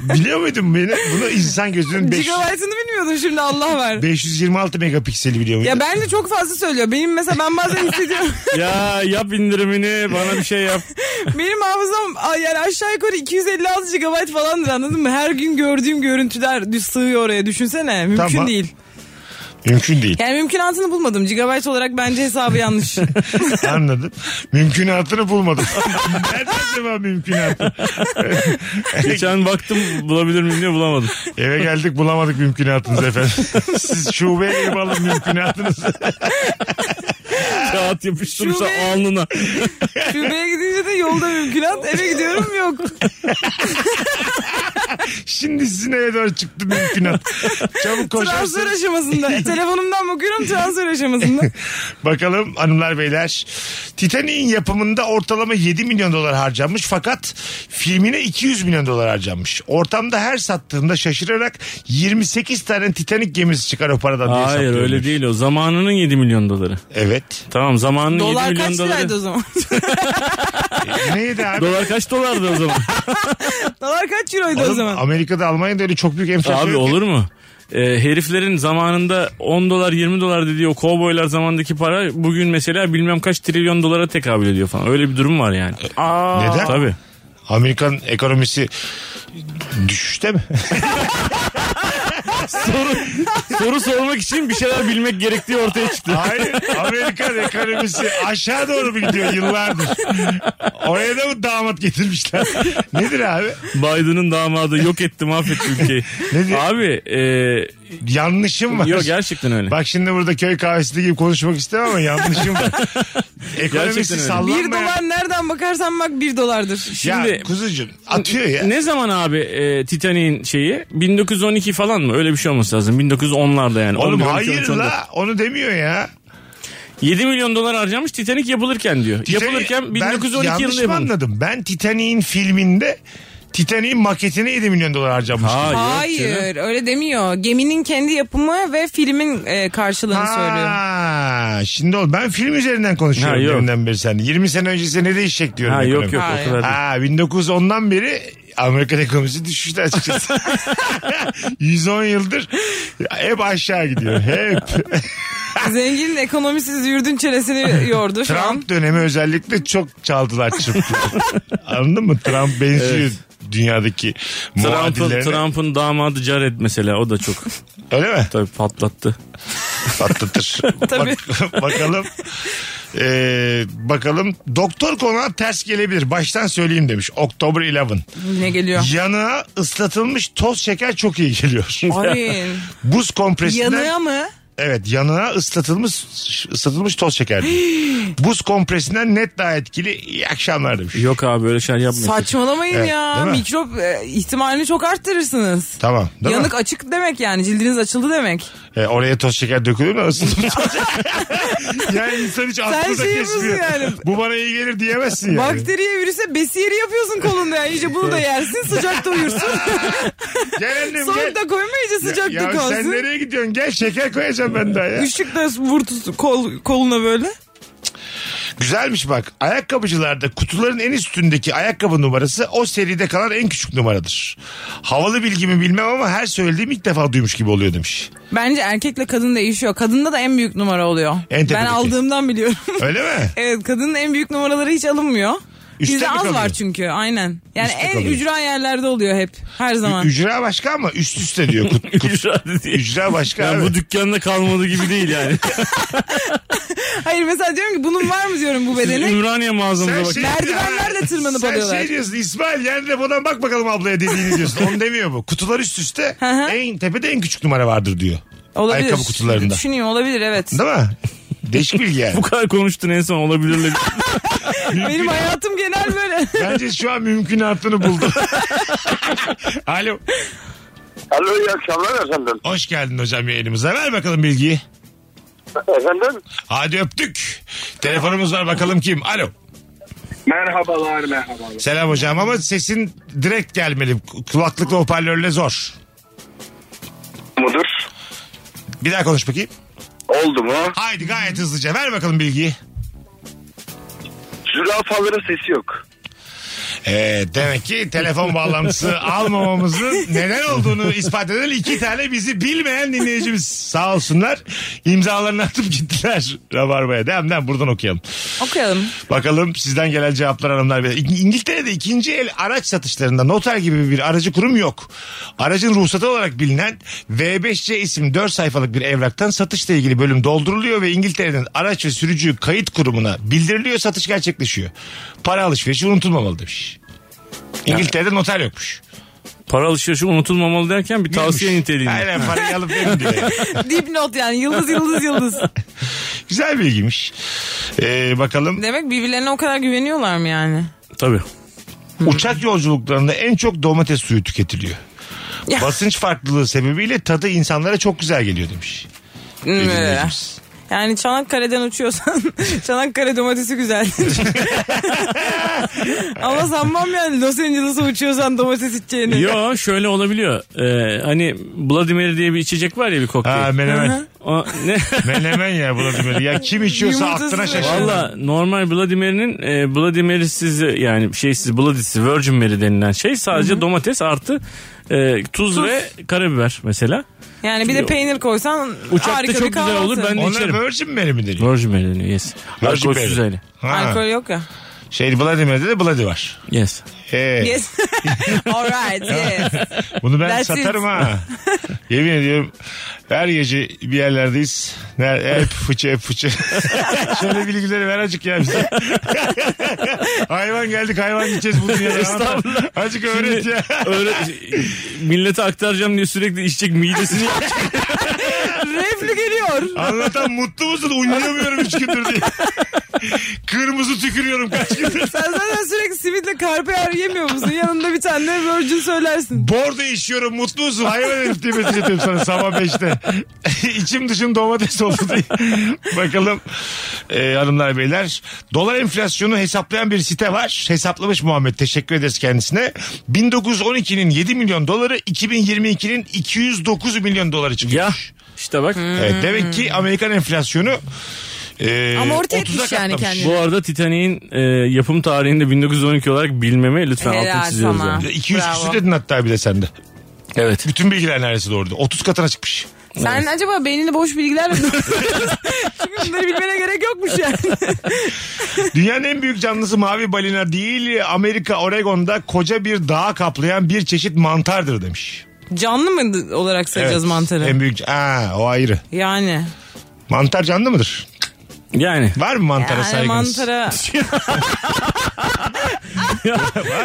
Biliyor muydun beni? Bunu insan gözünün 500, Gigabyte'ını bilmiyordum şimdi Allah var. 526 megapikseli biliyor muydun? Ya bence çok fazla söylüyor. Benim mesela ben bazen hissediyorum. ya yap indirimini bana bir şey yap. Benim hafızam a- yani aşağı yukarı 256 GB falandır anladın mı? Her gün gördüğüm görüntüler düz sığıyor oraya düşünsene. Mümkün Tamam. değil. Mümkün değil. Yani mümkünatını bulmadım. Gigabyte olarak bence hesabı yanlış. Anladım. Mümkünatını bulmadım. Nerede acaba mümkünatı? Geçen baktım bulabilir miyim diye bulamadım. Eve geldik bulamadık mümkünatınızı efendim. Siz şubeye girip alın mümkünatınızı. Kağıt yapıştırırsa Şube. alnına. Şubeye gidince de yolda mümkünat. Eve gidiyorum yok. Şimdi sizin eve doğru çıktı mümkünat. Çabuk Transfer koşarsınız. aşamasında. E, Telefonumdan bakıyorum transfer aşamasında. Bakalım hanımlar beyler. Titanic'in yapımında ortalama 7 milyon dolar harcanmış fakat filmine 200 milyon dolar harcanmış. Ortamda her sattığında şaşırarak 28 tane Titanic gemisi çıkar o paradan diye Hayır hesaplıyormuş. öyle değil o. Zamanının 7 milyon doları. Evet. Tamam zamanının 7 Dolar milyon kaç liraydı o doları. zaman? Neydi E, abi? Dolar kaç dolardı o zaman? Dolar kaç euroydu o Oğlum, zaman? Amerika'da Almanya'da öyle çok büyük enflasyon Abi yok. olur mu? Ee, heriflerin zamanında 10 dolar 20 dolar dediği o kovboylar zamandaki para bugün mesela bilmem kaç trilyon dolara tekabül ediyor falan. Öyle bir durum var yani. Neden? Tabii. Amerikan ekonomisi düşüşte mi? soru, soru sormak için bir şeyler bilmek gerektiği ortaya çıktı. Hayır. Amerikan ekonomisi aşağı doğru mu gidiyor yıllardır? Oraya da mı damat getirmişler? Nedir abi? Biden'ın damadı yok etti mahvetti ülkeyi. Ne diyor? Abi e, Yanlışım var. yok gerçekten öyle. Bak şimdi burada köy kahvesinde gibi konuşmak istemem ama yanlışım var. Gerçekten Ekonomisi öyle. sallanmayan. Bir dolar nereden bakarsan bak bir dolardır. Ya Şimdi- kuzucuğum atıyor ya. Ne zaman abi e, Titanic'in şeyi? 1912 falan mı? Öyle bir şey olması lazım. 1910'larda yani. Oğlum 11, 12, hayır 13, 14. la onu demiyor ya. 7 milyon dolar harcamış Titanic yapılırken diyor. yapılırken Ben 1912 yanlış yılında mı yapılmış. anladım. Ben Titanic'in filminde Titanic'in maketine 7 milyon dolar harcamıştım. Hayır. canım. Hayır öyle demiyor. Geminin kendi yapımı ve filmin e, karşılığını söylüyor. Ha, şimdi ol. Ben film üzerinden konuşuyorum Ha, yok. deminden beri sen. 20 sene öncesi ne değişecek diyorum. Ha, yok ekonomi. yok Hayır. o kadar değil. Ha, 1910'dan beri Amerikan ekonomisi düşüşte açıkçası. 110 yıldır hep aşağı gidiyor. Hep. Zenginin ekonomisiz yurdun çenesini yordu şu an. Trump dönemi özellikle çok çaldılar çırptılar. Anladın mı? Trump benziyor dünyadaki Trump'ın muadillerine. Trump'ın damadı Jared mesela o da çok Öyle mi? tabii patlattı. Patlatır. Tabii. Bak- bakalım. Ee, bakalım. Doktor konağı ters gelebilir. Baştan söyleyeyim demiş. October 11. Yine geliyor. Yanığa ıslatılmış toz şeker çok iyi geliyor. Ay. Buz kompresinden Yanığa mı? evet yanığa ıslatılmış ıslatılmış toz şeker. Buz kompresinden net daha etkili. İyi akşamlar demiş. Yok abi öyle şeyler yapmıyor. Saçmalamayın Evet, ya. değil mi? Mikrop e, ihtimalini çok arttırırsınız. Tamam. Değil mi? Yanık açık demek yani cildiniz açıldı demek. E, oraya toz şeker dökülür mü? Isıtılmış toz şeker. yani insan hiç aklı da şey yapıyorsun kesmiyor. yani. Bu bana iyi gelir diyemezsin yani. Bakteriye virüse besiyeri yapıyorsun kolunda yani. İyice bunu da yersin sıcak da uyursun. Gel annem gel. Soğuk da koyma iyice sıcak ya da sen kalsın. nereye gidiyorsun? Gel şeker koyacağım ben daha ya. Üşük de vur tut- kol, koluna böyle. Güzelmiş bak. Ayakkabıcılarda kutuların en üstündeki ayakkabı numarası o seride kalan en küçük numaradır. Havalı bilgimi bilmem ama her söylediğim ilk defa duymuş gibi oluyor demiş. Bence erkekle kadın değişiyor. Kadında da en büyük numara oluyor. En tepedeki. ben aldığımdan biliyorum. Öyle mi? evet kadının en büyük numaraları hiç alınmıyor. Üste Bizde mi az kalıyor? var çünkü aynen. Yani Üste en kalıyor. ücra yerlerde oluyor hep. Her zaman. Ücra başka ama üst üste diyor. Kut, kut- Ücra dedi. ücra başka. Yani abi. bu dükkanda kalmadı gibi değil yani. Hayır mesela diyorum ki bunun var mı diyorum bu Siz bedene. Ümraniye mağazamıza bakın. Merdivenlerle tırmanıp şey Sen alıyorlar. şey diyorsun İsmail yani depodan bak bakalım ablaya dediğini diyorsun. Onu demiyor bu. Kutular üst üste hı. en tepede en küçük numara vardır diyor. Olabilir. Ayakkabı kutularında. Düşünüyor olabilir evet. Değil mi? Değişik bilgi yani. Bu kadar konuştun en son olabilirle. Benim hayatım genel böyle. Bence şu an mümkünatını buldu. Alo. Alo iyi akşamlar efendim. Hoş geldin hocam yayınımıza. Ver bakalım bilgiyi. Efendim? Hadi öptük. Telefonumuz var bakalım kim? Alo. Merhabalar merhabalar. Selam hocam ama sesin direkt gelmeli. Kulaklıkla hoparlörle zor. Mudur? Bir daha konuş bakayım. Oldu mu? Haydi gayet hızlıca ver bakalım bilgiyi. Zürafaların sesi yok. Ee, demek ki telefon bağlantısı almamamızın neden olduğunu ispat eden iki tane bizi bilmeyen dinleyicimiz. Sağ olsunlar. İmzalarını atıp gittiler Rabarba'ya. Devam devam buradan okuyalım. Okuyalım. Bakalım sizden gelen cevaplar hanımlar. beyler. İng- İngiltere'de ikinci el araç satışlarında noter gibi bir aracı kurum yok. Aracın ruhsatı olarak bilinen V5C isim 4 sayfalık bir evraktan satışla ilgili bölüm dolduruluyor ve İngiltere'nin araç ve sürücü kayıt kurumuna bildiriliyor satış gerçekleşiyor. Para alışverişi unutulmamalı demiş. İngiltere'de noter yokmuş. Para alışverişi unutulmamalı derken bir tavsiye niteliğinde. Aynen parayı alıp verin diyor. Dipnot yani yıldız yıldız yıldız. Güzel bilgiymiş. Ee, bakalım. Demek birbirlerine o kadar güveniyorlar mı yani? Tabii. Uçak yolculuklarında en çok domates suyu tüketiliyor. Ya. Basınç farklılığı sebebiyle tadı insanlara çok güzel geliyor demiş. Hmm, öyle. dinleyicimiz. Yani Çanakkale'den uçuyorsan Çanakkale domatesi güzeldir. Ama sanmam yani Los Angeles'a uçuyorsan domates içeceğini. Yo şöyle olabiliyor. Ee, hani Bloody Mary diye bir içecek var ya bir kokteyl. Ha menemen. O, ne? menemen ya burada böyle. Ya kim içiyorsa Yumurtasız aklına böyle. şaşırır. Valla normal Bloody Mary'nin e, Bloody Mary'siz yani şey şeysiz Bloody'siz Virgin Mary denilen şey sadece domates artı e, tuz, ve karabiber mesela. Yani bir de peynir koysan Uçakta harika çok bir güzel kahvaltı. olur, ben de- Ona içerim. Virgin Mary mi deniyor? Virgin Mary deniyor yes. Virgin Alkolsüz Mary. öyle. Ha. Alkol yok ya. Şey Bloody Mary'de de Bloody var. Yes. Ee, Yes. Alright yes. Bunu ben That's satarım it. ha. Yemin ediyorum her gece bir yerlerdeyiz. Ne- Hep fıçı hep fıçı. Şöyle bilgileri ver acık ya bize. hayvan geldik hayvan gideceğiz bu dünyada. Estağfurullah. Acık öğret ya. Öyle millete aktaracağım diye sürekli içecek midesini Reflü geliyor. Anlatan mutlu musun? Uyuyamıyorum üç gündür diye. Kırmızı tükürüyorum kaç gündür. Sen zaten sürekli simitle karpayar yemiyor musun? Yanında bir tane de virgin söylersin. Bordo işiyorum mutlu musun? Hayvan herif diye mesaj atıyorum sana sabah 5'te. İçim dışım domates oldu diye. Bakalım ee, hanımlar beyler. Dolar enflasyonu hesaplayan bir site var. Hesaplamış Muhammed. Teşekkür ederiz kendisine. 1912'nin 7 milyon doları 2022'nin 209 milyon doları Ya çıkmış. işte bak. Evet, demek ki Amerikan enflasyonu ee, Amorti 30'a Hmm. etmiş yani katlamış. kendini. Bu arada Titanic'in e, yapım tarihinde 1912 olarak bilmeme lütfen altını Helal çiziyoruz. sana. Yani. Ya 200 Bravo. küsür dedin hatta bir de sende. Evet. Bütün bilgiler neredeyse doğruydu. 30 katına çıkmış. Sen acaba beynini boş bilgilerle mi dolduruyorsun? Çünkü bunları bilmene gerek yokmuş yani. Dünyanın en büyük canlısı mavi balina değil Amerika Oregon'da koca bir dağa kaplayan bir çeşit mantardır demiş. Canlı mı olarak sayacağız mantarı? En büyük Aa, o ayrı. Yani. Mantar canlı mıdır? Yani Var mı mantara yani saygınız? mantara.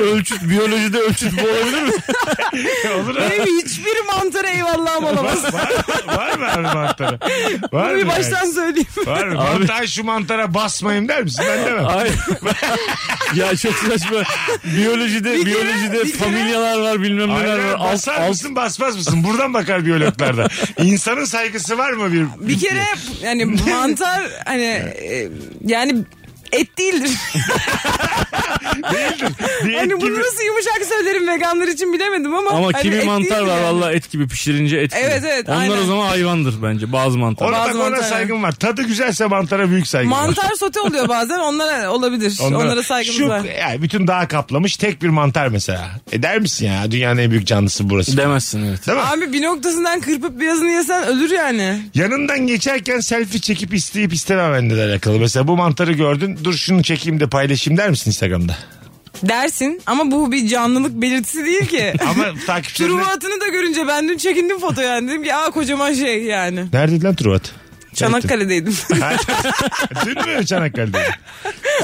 ölçüt biyolojide ölçüt bu olabilir mi? Olur ha. Benim hiçbir mantara eyvallahım olamaz. var, var mı abi mantara? Var Bunu mı? bir yani? baştan söyleyeyim. Var mı? Abi- Mantar şu mantara basmayayım der misin? Ben demem. Ay. ya çok saçma. Biyolojide Bir kere- biyolojide bir kere- familyalar var bilmem neler Aynen, var. Alt, basar alt, mısın basmaz mısın? Buradan bakar biyologlar da. İnsanın saygısı var mı bir Bir kere yani mantar hani e, yani et değildir. Bir et hani gibi- bunu nasıl yumuşak söylerim veganlar için bilemedim ama. ama hani kimi et mantar değildir var yani. valla et gibi pişirince et gibi. Evet, evet, Onlar aynen. o zaman hayvandır bence bazı mantar. Ona Bazı bak ona mantar- saygım var. Tadı güzelse mantara büyük saygım var. Mantar sote oluyor bazen onlara olabilir. Onlara, saygımız şu, var. yani bütün dağı kaplamış tek bir mantar mesela. E der misin ya dünyanın en büyük canlısı burası. Demezsin evet. Değil mi? Abi bir noktasından kırpıp birazını yesen ölür yani. Yanından geçerken selfie çekip isteyip istememenle de alakalı. Mesela bu mantarı gördün dur şunu çekeyim de paylaşayım der misin Instagram'da? Dersin ama bu bir canlılık belirtisi değil ki. Ama Truva takipçilerine... atını da görünce ben dün çekindim foto yani. Dedim ki aa kocaman şey yani. Neredeydi lan Truvat? Çanakkale'deydim. Dün mü E, Çanakkale'de?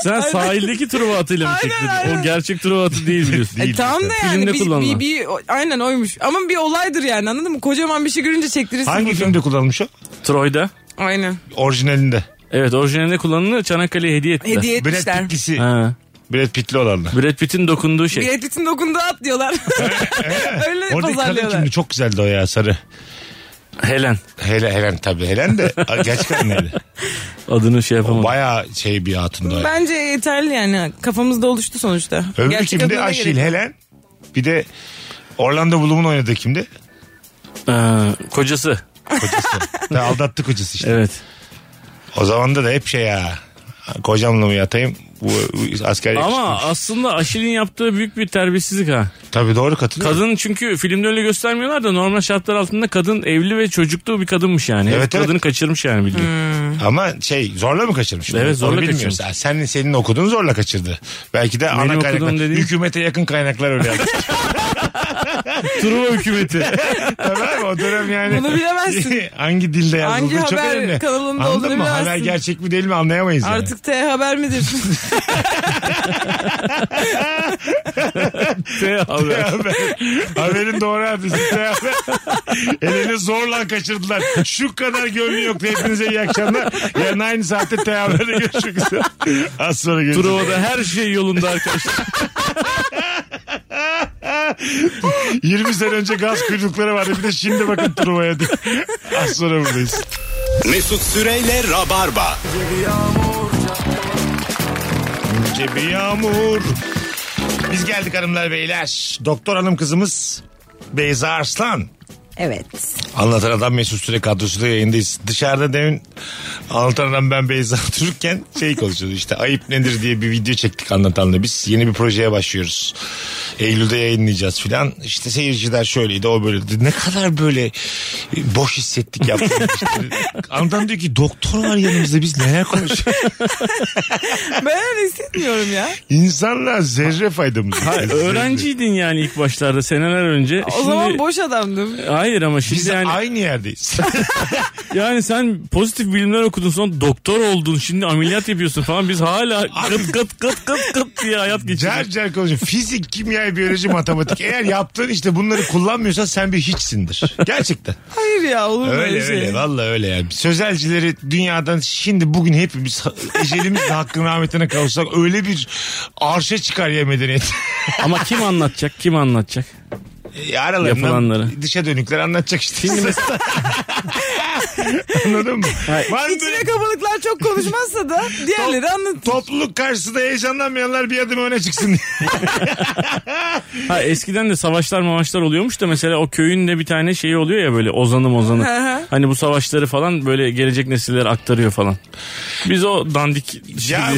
Sen sahildeki truva atıyla mı Aynen, çektin? aynen. O gerçek truva atı değil biliyorsun. E, tamam da yani Filmde bir, bir, kullanılan. bir- o- aynen oymuş. Ama bir olaydır yani anladın mı? Kocaman bir şey görünce çektirirsin. Hangi foto. filmde kullanılmış o? Troy'da. Aynen. Orijinalinde. Evet orijinalinde kullanılır. Çanakkale'ye hediye ettiler. Hediye Brad etmişler. Pitt'lisi. Ha. Brad Pitt'li olanla. Brad Pitt'in dokunduğu şey. Brad Pitt'in dokunduğu at diyorlar. Öyle Oradaki kadın pazarlıyorlar. kimdi? Çok güzeldi o ya sarı. Helen. Hele Helen tabii. Helen de gerçekten öyle. Adını şey yapamadım. Bayağı şey bir hatundu. o ya. Bence yeterli yani. Kafamızda oluştu sonuçta. Öbürü Gerçek adına kimdi? da Aşil gerek yok. Helen. Bir de Orlando Bloom'un oynadığı kimdi? Ee, kocası. Kocası. Daha aldattı kocası işte. Evet. O zaman da da hep şey ya. Kocamla mı yatayım? Bu, bu asker Ama aslında Aşil'in yaptığı büyük bir terbiyesizlik ha. Tabii doğru katılıyorum. Kadın çünkü filmde öyle göstermiyorlar da normal şartlar altında kadın evli ve çocuklu bir kadınmış yani. Evet, Evet, evet. Hmm. Kadını kaçırmış yani bildiğin. Ama şey zorla mı kaçırmış? Evet, Onu zorla bilmiyoruz. kaçırmış. Ha, Senin, senin okuduğun zorla kaçırdı. Belki de ana okuduğum kaynaklar. dediğin- Hükümete yakın kaynaklar öyle yapmış. Truva hükümeti. Tabii abi, o dönem yani. Bunu bilemezsin. Hangi dilde yazıldığı Hangi çok haber önemli. kanalında Anladın olduğunu mı? Haber bilemezsin. gerçek mi değil mi anlayamayız yani. Artık T haber midir? T haber. Haber. Haberin doğru adresi. T haber. Elini zorla kaçırdılar. Şu kadar gönlü yoktu. Hepinize iyi akşamlar. Yarın aynı saatte T haberde görüşmek üzere. Az sonra görüşürüz. Truva'da her şey yolunda arkadaşlar. 20 sene önce gaz kuyrukları vardı. Bir de şimdi bakın Truva'ya diye. Az sonra buradayız. Mesut Süreyle Rabarba. Önce bir yağmur. Biz geldik hanımlar beyler. Doktor hanım kızımız Beyza Arslan. evet. Anlatan Adam Mesut Süre kadrosuyla yayındayız. Dışarıda demin Anlatan Adam ben Beyza otururken şey konuşuyordu işte ayıp nedir diye bir video çektik anlatanla biz. Yeni bir projeye başlıyoruz. Eylül'de yayınlayacağız filan. İşte seyirciler şöyleydi o böyleydi. Ne kadar böyle e, boş hissettik yaptığımız işleri. Anlatan diyor ki doktor var yanımızda biz neler konuşuyoruz. Ben öyle hissetmiyorum ya. İnsanlar zerre faydamız. yok. Hayır, öğrenciydin yani ilk başlarda seneler önce. O zaman boş adamdım. Hayır ama şimdi Biz yani aynı yerdeyiz. yani sen pozitif bilimler okudun sonra doktor oldun şimdi ameliyat yapıyorsun falan biz hala kıt kıt kıt kıt kıt diye hayat Car geçiriyoruz. car konuşuyor. Fizik, kimya, biyoloji, matematik. Eğer yaptığın işte bunları kullanmıyorsan sen bir hiçsindir. Gerçekten. Hayır ya olur mu Öyle öyle şey? öyle. Vallahi öyle yani. Sözelcileri dünyadan şimdi bugün hepimiz ecelimizle hakkın rahmetine kavuşsak öyle bir arşa çıkar ya medeniyet. Ama kim anlatacak kim anlatacak? E, Aralarından Yapılanları. dışa dönükler anlatacak işte. Anladın mı? Var mı böyle- İçine kabalıklar çok konuşmazsa da diğerleri anlat. Topluluk karşısında heyecanlanmayanlar bir adım öne çıksın diye. Ha, eskiden de savaşlar mavaşlar oluyormuş da mesela o köyün de bir tane şeyi oluyor ya böyle ozanım ozanı. hı. hani bu savaşları falan böyle gelecek nesiller aktarıyor falan. Biz o dandik Ya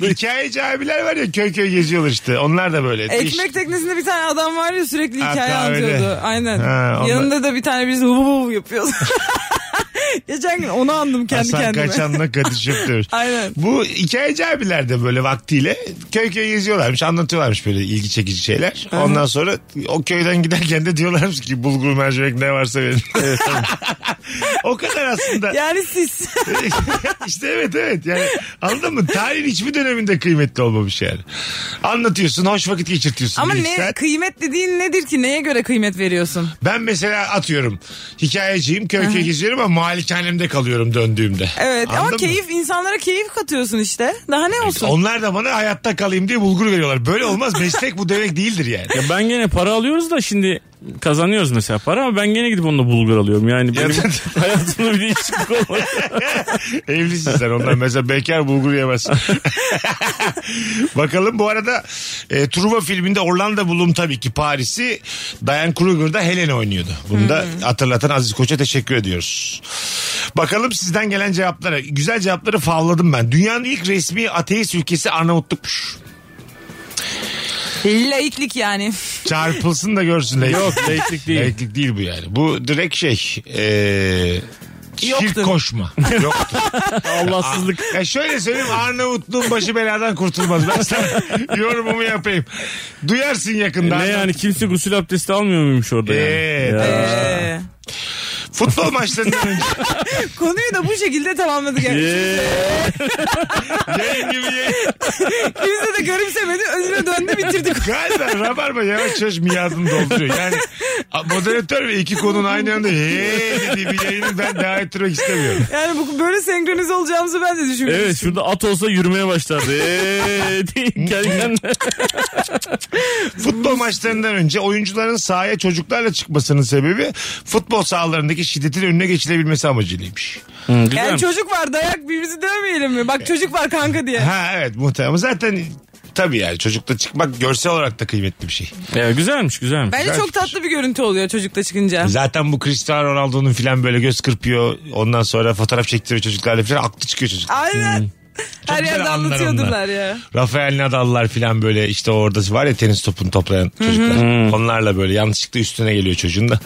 bu hikayeci abiler var ya köy köy geziyorlar işte. Onlar da böyle. Ekmek teknesinde bir tane adam var ya sürekli Ha, hikaye kahvede. anlatıyordu. Aynen. Ha, onlar- Yanında da bir tane birisi vuv yapıyordu. Geçen gün onu andım kendi Hasan kendime. Kaçan'la Kadir Şöptür. Aynen. Bu hikayeci abiler de böyle vaktiyle köy köy geziyorlarmış anlatıyorlarmış böyle ilgi çekici şeyler. Ondan sonra o köyden giderken de diyorlarmış ki bulgur mercimek ne varsa verin. o kadar aslında. Yani siz. işte evet evet yani anladın mı? Tarihin hiçbir döneminde kıymetli olmamış yani. Anlatıyorsun hoş vakit geçirtiyorsun. Ama bir ne saat. kıymet dediğin nedir ki? Neye göre kıymet veriyorsun? Ben mesela atıyorum hikayeciyim köy köy geziyorum ama malikanemde kalıyorum döndüğümde. Evet Anladın ama mı? keyif insanlara keyif katıyorsun işte. Daha ne olsun? Onlar da bana hayatta kalayım diye bulgur veriyorlar. Böyle olmaz. Meslek bu demek değildir yani. Ya ben gene para alıyoruz da şimdi kazanıyoruz mesela para ama ben gene gidip onunla bulgur alıyorum. Yani benim hayatımda bir değişiklik olmadı. Evlisin sen ondan. Mesela bekar bulgur yemezsin. Bakalım bu arada e, Truva filminde Orlando Bloom tabii ki Paris'i Diane Kruger'da Helen oynuyordu. Bunu da hatırlatan Aziz Koç'a teşekkür ediyoruz. Bakalım sizden gelen cevaplara. Güzel cevapları favladım ben. Dünyanın ilk resmi ateist ülkesi Arnavutluk'muş. Laiklik yani. Çarpılsın da görsün. Yok layıklık değil. Layıklık değil bu yani. Bu direkt şey. eee Şirk Yoktur. koşma. Yoktu. Allahsızlık. Ya şöyle söyleyeyim Arnavutluğun başı beladan kurtulmaz. Ben sana yorumumu yapayım. Duyarsın yakında. E ne yani kimse gusül abdesti almıyor muymuş orada yani? Evet. Ya. Ee, Futbol maçlarından önce konuyu da bu şekilde tamamladık. Yani. Ee, yayın gibi yayın. Kimse de garipsemedi. Özüne döndü bitirdik. Galiba Rabarba yavaş yavaş miyadını dolduruyor. Yani a- moderatör ve iki konun aynı anda hey dediği bir yayını ben devam ettirmek istemiyorum. Yani bu böyle senkronize olacağımızı ben de düşünmüyorum. evet şurada at olsa yürümeye başlardı. Ee, diye kendi kendine. Futbol maçlarından önce oyuncuların sahaya çocuklarla çıkmasının sebebi futbol sahalarındaki şiddetin önüne geçilebilmesi amacıymış. Güzel. Yani çocuk var dayak birbirimizi dövmeyelim mi? Bak çocuk var kanka diye. Ha evet muhtemelen. Zaten Tabii yani çocukta çıkmak görsel olarak da kıymetli bir şey. Ya, güzelmiş güzelmiş. Bence çok tatlı bir görüntü oluyor çocukla çıkınca. Zaten bu Cristiano Ronaldo'nun filan böyle göz kırpıyor. Ondan sonra fotoğraf çektiriyor çocuklarla filan aklı çıkıyor çocuk. Aynen. Her güzel yerde anlar onlar. anlatıyordurlar ya. Rafael Nadal'lar filan böyle işte orada var ya tenis topunu toplayan çocuklar. Onlarla böyle yanlışlıkla üstüne geliyor çocuğun da.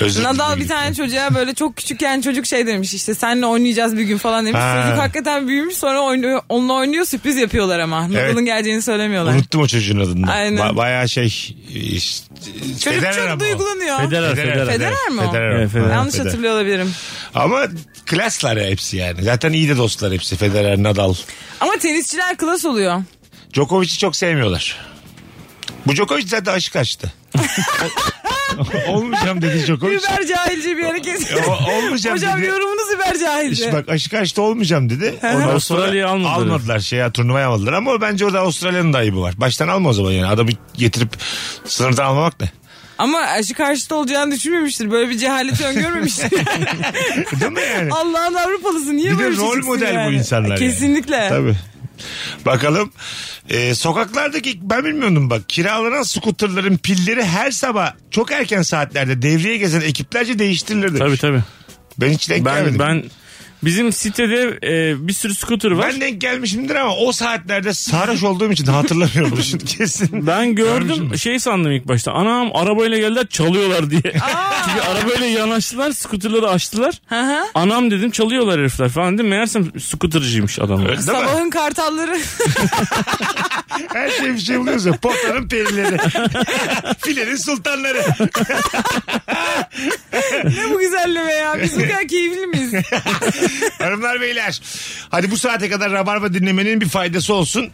Özür Nadal diliyorum. bir tane çocuğa böyle çok küçükken çocuk şey demiş işte seninle oynayacağız bir gün falan demiş. Ha. Çocuk hakikaten büyümüş sonra oynuyor, onunla oynuyor sürpriz yapıyorlar ama. Evet. Nadal'ın geleceğini söylemiyorlar. Unuttum o çocuğun adını. da. Aynen. Ba- bayağı şey. Işte, Çocuk Federer ama o. çok duygulanıyor. Federer, Federer. Federer mi o? Federer. Evet, Federer. Yanlış Federer. hatırlıyor olabilirim. Ama klaslar ya hepsi yani. Zaten iyi de dostlar hepsi. Federer, Nadal. Ama tenisçiler klas oluyor. Djokovic'i çok sevmiyorlar. Bu Djokovic zaten aşık açtı. Olmayacağım dedi Djokovic. Über cahilce bir hareket. Ya, o- olmayacak Hocam dedi. yorumunuz über İşte cahilce. bak aşık açtı olmayacağım dedi. Ondan sonra Avustralya'yı almadılar. Almadılar şey ya turnuvaya almadılar ama bence orada Avustralya'nın da ayıbı var. Baştan alma o zaman yani adamı getirip sınırdan almamak ne? Ama aşı karşıtı olacağını düşünmemiştir. Böyle bir cehaleti öngörmemiştir. E, Değil mi yani? Allah'ın Avrupalısı niye Bir de böyle şey rol çıksın model yani? bu insanlar. yani. Kesinlikle. Tabii. Bakalım. Ee, sokaklardaki ben bilmiyordum bak kiralanan skuterların pilleri her sabah çok erken saatlerde devriye gezen ekiplerce değiştirilirdi. Tabii tabii. Ben hiç denk Ben gelmedim. ben bizim sitede e, bir sürü scooter var. Ben denk gelmişimdir ama o saatlerde sarhoş olduğum için hatırlamıyorum şimdi kesin. Ben gördüm Görmüşüm. şey sandım ilk başta. Anam arabayla geldiler çalıyorlar diye. Çünkü arabayla yanaştılar, skuterları açtılar. hı. Anam dedim çalıyorlar herifler falan dedim. Meğersem skuterciymiş adamlar. Değil mi? Sabahın kartalları. Her şey bir şey buluyoruz ya. Potanın perileri. Filenin sultanları. ne bu güzelleme ya. Biz bu kadar keyifli miyiz? Hanımlar beyler. Hadi bu saate kadar Rabarba dinlemenin bir faydası olsun.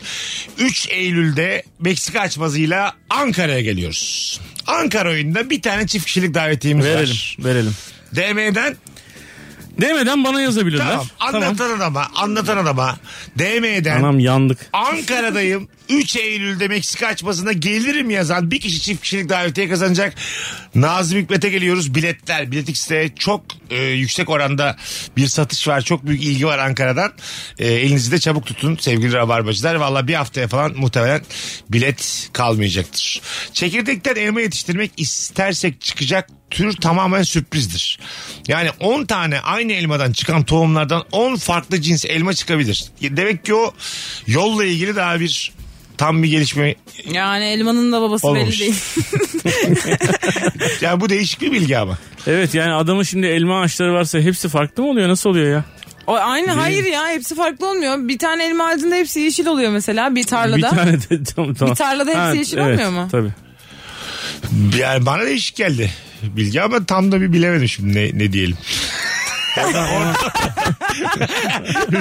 3 Eylül'de Meksika açmazıyla Ankara'ya geliyoruz. Ankara oyunda bir tane çift kişilik davetiyemiz Verelim, var. verelim. DM'den Demeden bana yazabilirler. tamam, anlatan adama anlatan adama DM'den Anam yandık. Ankara'dayım. 3 Eylül'de Meksika açmasına gelirim yazan bir kişi çift kişilik davetiye kazanacak. Nazım Hikmet'e geliyoruz. Biletler, bilet X'te çok e, yüksek oranda bir satış var. Çok büyük ilgi var Ankara'dan. E, elinizi de çabuk tutun sevgili rabarbacılar. Valla bir haftaya falan muhtemelen bilet kalmayacaktır. Çekirdekten elma yetiştirmek istersek çıkacak tür tamamen sürprizdir. Yani 10 tane aynı elmadan çıkan tohumlardan 10 farklı cins elma çıkabilir. Demek ki o yolla ilgili daha bir tam bir gelişme. Yani elmanın da babası Olmamış. belli değil. Yani bu değişik bir bilgi ama. Evet yani adamın şimdi elma ağaçları varsa hepsi farklı mı oluyor? Nasıl oluyor ya? O aynı hayır ya hepsi farklı olmuyor. Bir tane elma ağacında hepsi yeşil oluyor mesela bir tarlada. Bir tane de tamam, tamam. Bir tarlada hepsi yeşil olmuyor mu? Tabii. Yani bana değişik geldi bilgi ama tam da bir bilemedim şimdi ne, ne diyelim.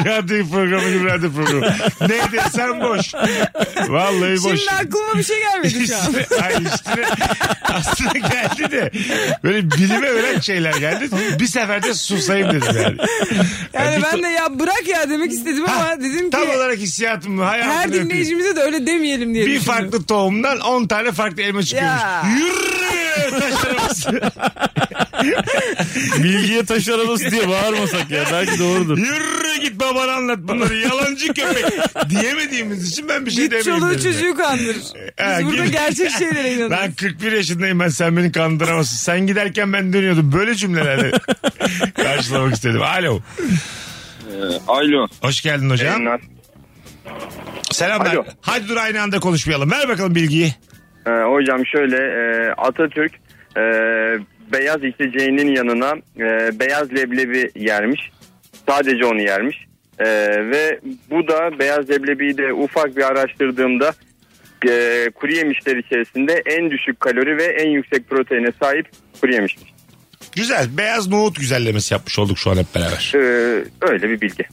radyo programı gibi radyo programı. Ne desem boş. Vallahi boş. Şimdi aklıma bir şey gelmedi şu an. İşte- Ay işte aslında geldi de böyle bilime öğren şeyler geldi. Bir seferde susayım dedim yani. Yani bir ben to- de ya bırak ya demek istedim Ha, ama dedim ki Tam olarak hissiyatımı hayatımı her öpeyim. dinleyicimize de öyle demeyelim diye Bir düşündüm. farklı tohumdan 10 tane farklı elma çıkıyormuş. Ya. Yürü taş arabası. Bilgiye taş arabası diye bağırmasak ya belki doğrudur. Yürü git babana anlat bunları. Yalancı köpek. Diyemediğimiz için ben bir şey Git demeyeyim. çoluğu dedim yani. çocuğu kandır. Ha, Biz burada git. gerçek şeylere Ben inanıyoruz. 41 yaşındayım ben sen beni kandıramazsın. Sen giderken ben dönüyordum. Böyle cümlelerle karşılamak istedim. Alo. Ee, Alo. Hoş geldin hocam. Selamlar. Alo. Hadi dur aynı anda konuşmayalım. Ver bakalım bilgiyi. Ee, hocam şöyle e, Atatürk e, beyaz içeceğinin yanına e, beyaz leblebi yermiş. Sadece onu yermiş. E, ve bu da beyaz leblebiyi de ufak bir araştırdığımda e, kuru yemişler içerisinde en düşük kalori ve en yüksek proteine sahip kuru yemiştir. Güzel. Beyaz nohut güzellemesi yapmış olduk şu an hep beraber. Ee, öyle bir bilgi.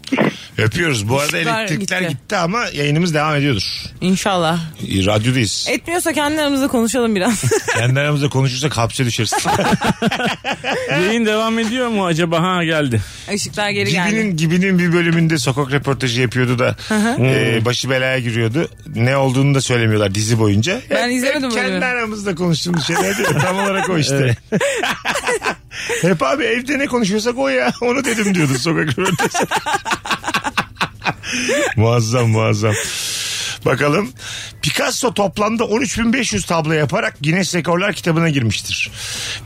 Öpüyoruz. Bu arada Işıklar elektrikler gitti. gitti. ama yayınımız devam ediyordur. İnşallah. İyi, Radyodayız. Etmiyorsa kendi aramızda konuşalım biraz. Kendi aramızda konuşursak hapse düşeriz. Yayın devam ediyor mu acaba? Ha geldi. Işıklar geri geldi. Gibinin, Gibinin bir bölümünde sokak röportajı yapıyordu da e, başı belaya giriyordu. Ne olduğunu da söylemiyorlar dizi boyunca. Ben izlemedim o Kendi bölümü. aramızda konuştuğumuz şeyler değil mi? Tam olarak o işte. Hep abi evde ne konuşuyorsak o ya. Onu dedim diyordu sokak röportajı. muazzam muazzam. Bakalım. Picasso toplamda 13.500 tablo yaparak Guinness Rekorlar kitabına girmiştir.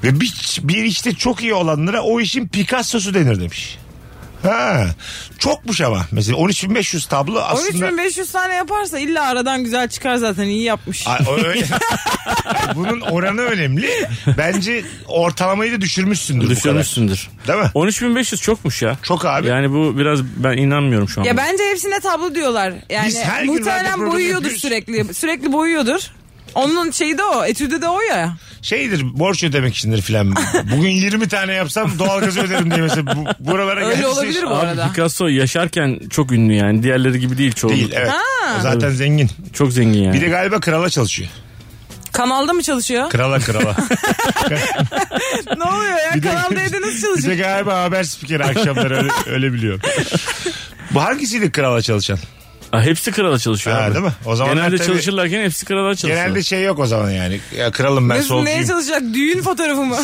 Ve bir, bir işte çok iyi olanlara o işin Picasso'su denir demiş. Ha, çokmuş ama. Mesela 13.500 tablo aslında... 13.500 tane yaparsa illa aradan güzel çıkar zaten iyi yapmış. Ay, o öyle. Bunun oranı önemli. Bence ortalamayı da düşürmüşsündür. bu kadar. Düşürmüşsündür. Değil mi? 13.500 çokmuş ya. Çok abi. Yani bu biraz ben inanmıyorum şu an. Ya bence hepsine tablo diyorlar. Yani Biz her gün radyo muhtemelen programı boyuyordur yapıyoruz. sürekli. Sürekli boyuyordur. Onun şeyi de o. Etüdü de o ya. Şeydir borç ödemek içindir filan. Bugün 20 tane yapsam doğalgazı öderim diye mesela bu, buralara Öyle gelse- olabilir bu Abi arada. Picasso yaşarken çok ünlü yani. Diğerleri gibi değil çoğunlukla. Değil evet. O Zaten zengin. Çok zengin yani. Bir de galiba krala çalışıyor. Kanalda mı çalışıyor? Krala krala. ne oluyor ya? Bir de- Kanalda evde nasıl bir de çalışıyor? galiba haber spikeri akşamları öyle, öyle biliyor. Bu hangisiydi krala çalışan? Ha, hepsi krala çalışıyor Ha, abi. değil mi? O zamanlar Genelde tabii- çalışırlarken hepsi krala çalışıyor. Genelde şey yok o zaman yani. Ya kralım ben Şey- Nasıl, neye solcuyum. çalışacak? Düğün fotoğrafı mı?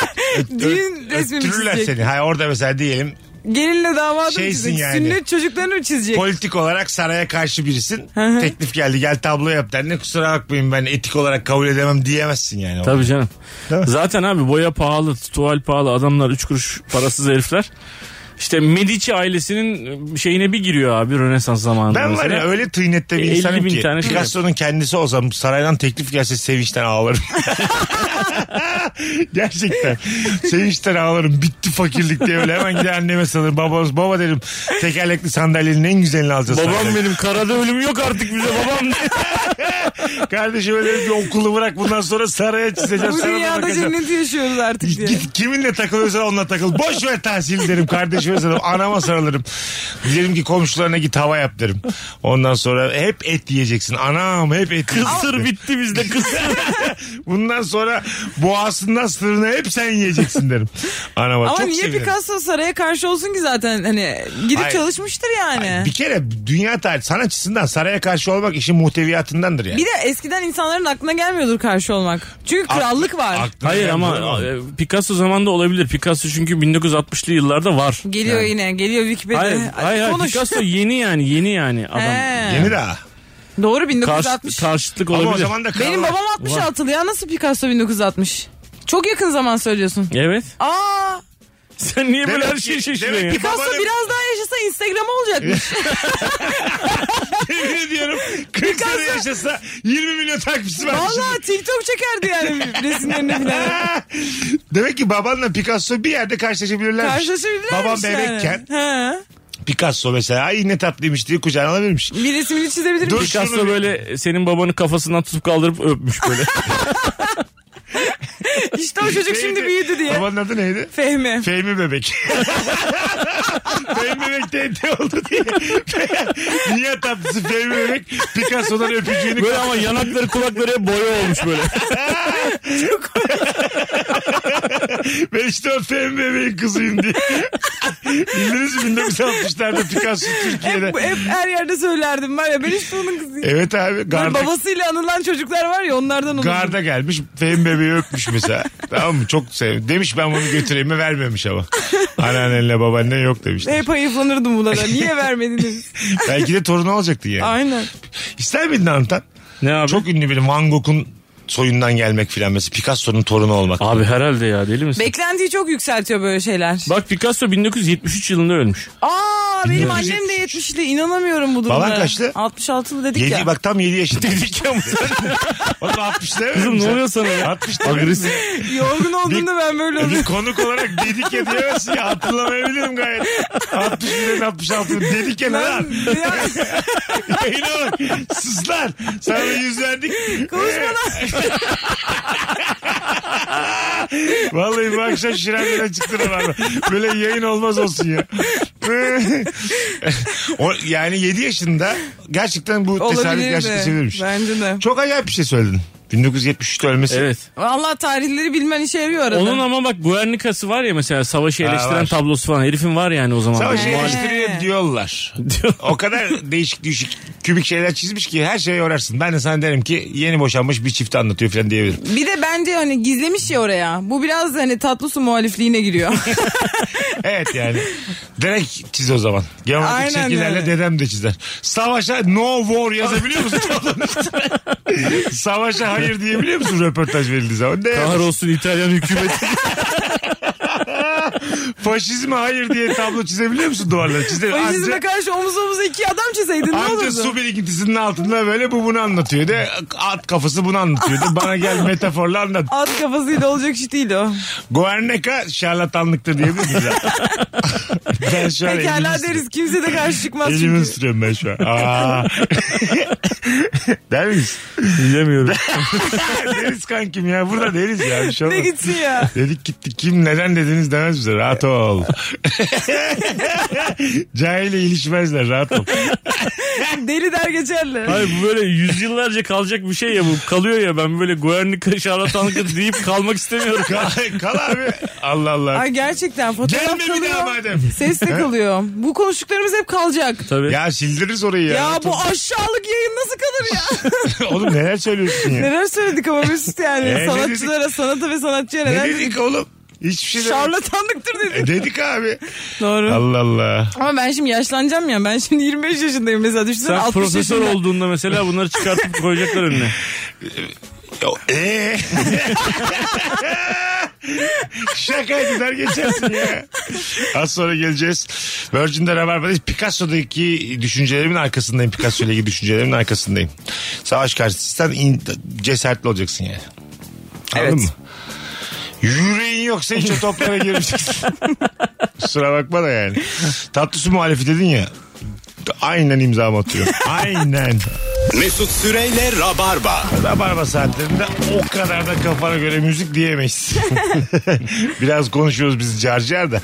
Düğün resmi mi Öttürürler çizecek? seni. Hayır orada mesela diyelim Gelinle damadı mı Şeysin çizecek? yani. Sünnet çocuklarını mı çizecek? politik olarak saraya karşı birisin. Şey- hı. Teklif geldi gel tablo yap der. Ne kusura bakmayın ben etik olarak kabul edemem diyemezsin yani. Tabii canım. Değil mi? Zaten abi boya pahalı, tuval pahalı, adamlar üç kuruş parasız herifler. İşte Medici ailesinin şeyine bir giriyor abi Rönesans zamanında. Ben var mesela. ya öyle tıynette bir 50 insanım bin ki tane şey Picasso'nun kendisi olsam saraydan teklif gelse sevinçten ağlarım. Gerçekten. Sevinçten ağlarım. Bitti fakirlik diye öyle hemen gider anneme sanırım. Baba, baba derim tekerlekli sandalyenin en güzelini alacağız. Babam saraydan. benim karada ölüm yok artık bize babam. Kardeşim öyle bir okulu bırak bundan sonra saraya çizeceğiz. Bu saraya dünyada bakacağız. cenneti yaşıyoruz artık diye. Git kiminle takılıyorsan onunla takıl. Boş ver tahsil derim kardeşime sarılırım. Anama sarılırım. Dilerim ki komşularına git hava yap derim. Ondan sonra hep et yiyeceksin. Anam hep et Kısır yiyeceksin. bitti bizde kısır. Bundan sonra boğazından sırrını hep sen yiyeceksin derim. Anama Ama çok niye sevinirim. Picasso saraya karşı olsun ki zaten hani gidip Hayır. çalışmıştır yani. Bir kere dünya tarih sanatçısından saraya karşı olmak işin muhteviyatındandır yani. Bir de eskiden insanların aklına gelmiyordur karşı olmak. Çünkü krallık var. Aklına Hayır ama gelmiyor e, Picasso zamanında olabilir. Picasso çünkü 1960'lı yıllarda var. geliyor Yani. yine. Geliyor Wikipedia. Hayır, Ay, hayır, hayır. Konuş. Picasso yeni yani yeni yani adam. He. Yeni daha. Doğru Karşı, 1960. karşıtlık Ama olabilir. o zaman da krallar- Benim babam 66'lı ya. Nasıl Picasso 1960? Çok yakın zaman söylüyorsun. Evet. Aa Sen niye böyle Demek her şeyi ki- şaşırıyorsun? demek ya? ki- Picasso Babanın- biraz daha yaşasa Instagram olacakmış. Yemin ediyorum 40 sene yaşasa 20 milyon takipçisi var. Vallahi TikTok çekerdi yani resimlerine bile. Demek ki babanla Picasso bir yerde karşılaşabilirler. Karşılaşabilirler Babam bebekken Picasso mesela "Ay ne tatlıymış diye kucağına alabilirmiş. Bir resmini çizebilir Dur. miyim? Picasso şunu bir- böyle senin babanın kafasından tutup kaldırıp öpmüş böyle. İşte o çocuk şimdi Neydi? büyüdü diye. Babanın adı neydi? Fehmi. Fehmi bebek. Fehmi bebek TT oldu diye. Dünya tatlısı Fehmi bebek Picasso'dan öpücüğünü böyle ama yanakları kulakları hep boya olmuş böyle. Ben işte o Fehmi bebeğin kızıyım diye. Bildiniz mi 1960'larda Picasso Türkiye'de. Bu hep her yerde söylerdim var ya ben hiç bunun kızıyım. Evet abi Böyle garda, babasıyla anılan çocuklar var ya onlardan olur. garda gelmiş Fehmi bebeği öpmüş mesela. tamam mı çok sev. Demiş ben bunu götüreyim mi vermemiş ama. Anneannenle babaannen yok demişler. Hep hayıflanırdım buna da. Niye vermediniz? Belki de torunu olacaktı yani. Aynen. İster miydin Anlatan? Ne abi? Çok ünlü biri Van Gogh'un soyundan gelmek filan mesela Picasso'nun torunu olmak. Abi herhalde ya deli misin? Beklentiyi çok yükseltiyor böyle şeyler. Bak Picasso 1973 yılında ölmüş. Aa benim Bilmiyorum. annem de 70'li inanamıyorum bu durumda. kaçlı? 66'lı dedik Yedi, ya. bak tam 7 yaşında. Dedik ya Oğlum 60 demedim Kızım ne sen. oluyor sana ya? 60 demedim. Agresif. Yorgun olduğunda ben böyle Bir oluyorum. konuk olarak dedik ya diyemezsin ya hatırlamayabilirim gayet. 61'in 66'ın dedik ya ne lan? Ben- ya, Yayına bak. Sızlar. Sana da yüz verdik. Vallahi bu akşam şiremden çıktı Rabarba. Böyle yayın olmaz olsun ya. o, yani 7 yaşında gerçekten bu tesadüf Olabilirdi. gerçekleşebilirmiş. Bence de. Çok acayip bir şey söyledin. 1973'te ölmesi. Evet. Vallahi tarihleri bilmen işe yarıyor arada. Onun ama bak Guernica'sı var ya mesela savaşı Ha, eleştiren var. tablosu falan. Herifin var yani o zaman. Savaşı Muhalif- eleştiriyor diyorlar. Diyor. o kadar değişik düşük kübik şeyler çizmiş ki her şeye yorarsın. Ben de sana derim ki yeni boşanmış bir çifti anlatıyor falan diyebilirim. Bir de bence hani gizlemiş ya oraya. Bu biraz hani tatlı su muhalifliğine giriyor. Evet yani. Direkt çiz o zaman. Geometrik Aynen şekillerle yani. dedem de çizer. Savaşa no war yazabiliyor musun? Tablonun üstüne? Savaşa hayır diyebiliyor musun röportaj verildiği zaman? Ne yazmış? Kahrolsun İtalyan hükümeti. Faşizme hayır diye tablo çizebiliyor musun duvarlara? Çizer. Faşizme Anca, Hani karşı omuz omuza iki adam çizeydin ne anca olurdu? su birikintisinin altında böyle bu bunu anlatıyor. De at kafası bunu anlatıyor. De bana gel metaforla anlat. At kafasıyla olacak iş değil o. Guarneka şarlatanlıktır diyebilir miyiz? ben şu an elimi Pekala sürüyorum. deriz kimse de karşı çıkmaz Elimi çünkü. sürüyorum ben şu an. Aa. Der miyiz? Bilemiyorum. deriz kankim ya. Burada deriz ya. Bir şey Ne olmaz. gitsin ya. Dedik gittik. Kim neden dediniz demez bize. Rahat ol. Cahille ilişmezler. Rahat ol. Deli der geçerler. Hayır bu böyle yüzyıllarca kalacak bir şey ya bu. Kalıyor ya ben böyle Guernica şarlatanlık deyip kalmak istemiyorum. Kal, kal abi. Allah Allah. Ay gerçekten fotoğraf Gelme bir daha kalıyor. madem. Ses de kalıyor. Bu konuştuklarımız hep kalacak. Tabii. Ya sildiririz orayı ya. Ya, bu aşağılık yayın nasıl kalır ya? Oğlum neler söylüyorsun ya? neler söyledik ama Mesut yani. E, ne Sanatçılara, sanata ve sanatçıya ne neler dedik oğlum? Hiçbir şey demedik. Şarlatanlıktır E, dedik. dedik abi. Doğru. Allah Allah. Ama ben şimdi yaşlanacağım ya. Ben şimdi 25 yaşındayım mesela. Düşünsene Sen 60 profesör yaşında. olduğunda mesela bunları çıkartıp koyacaklar önüne. Eee? Şaka eder geçersin ya. Az sonra geleceğiz. Virgin'de Rabarba'dayız. Picasso'daki düşüncelerimin arkasındayım. Picasso ile ilgili düşüncelerimin arkasındayım. Savaş karşısında sen in- cesaretli olacaksın yani. Anladın Evet. mı? Yüreğin yoksa hiç o toplara girmeyeceksin. Kusura bakma da yani. Tatlı su muhalefi dedin ya. Aynen imzamı atıyorum. Aynen. Mesut Süreyle Rabarba. Rabarba saatlerinde o kadar da kafana göre müzik diyemeyiz. Biraz konuşuyoruz biz carcar da.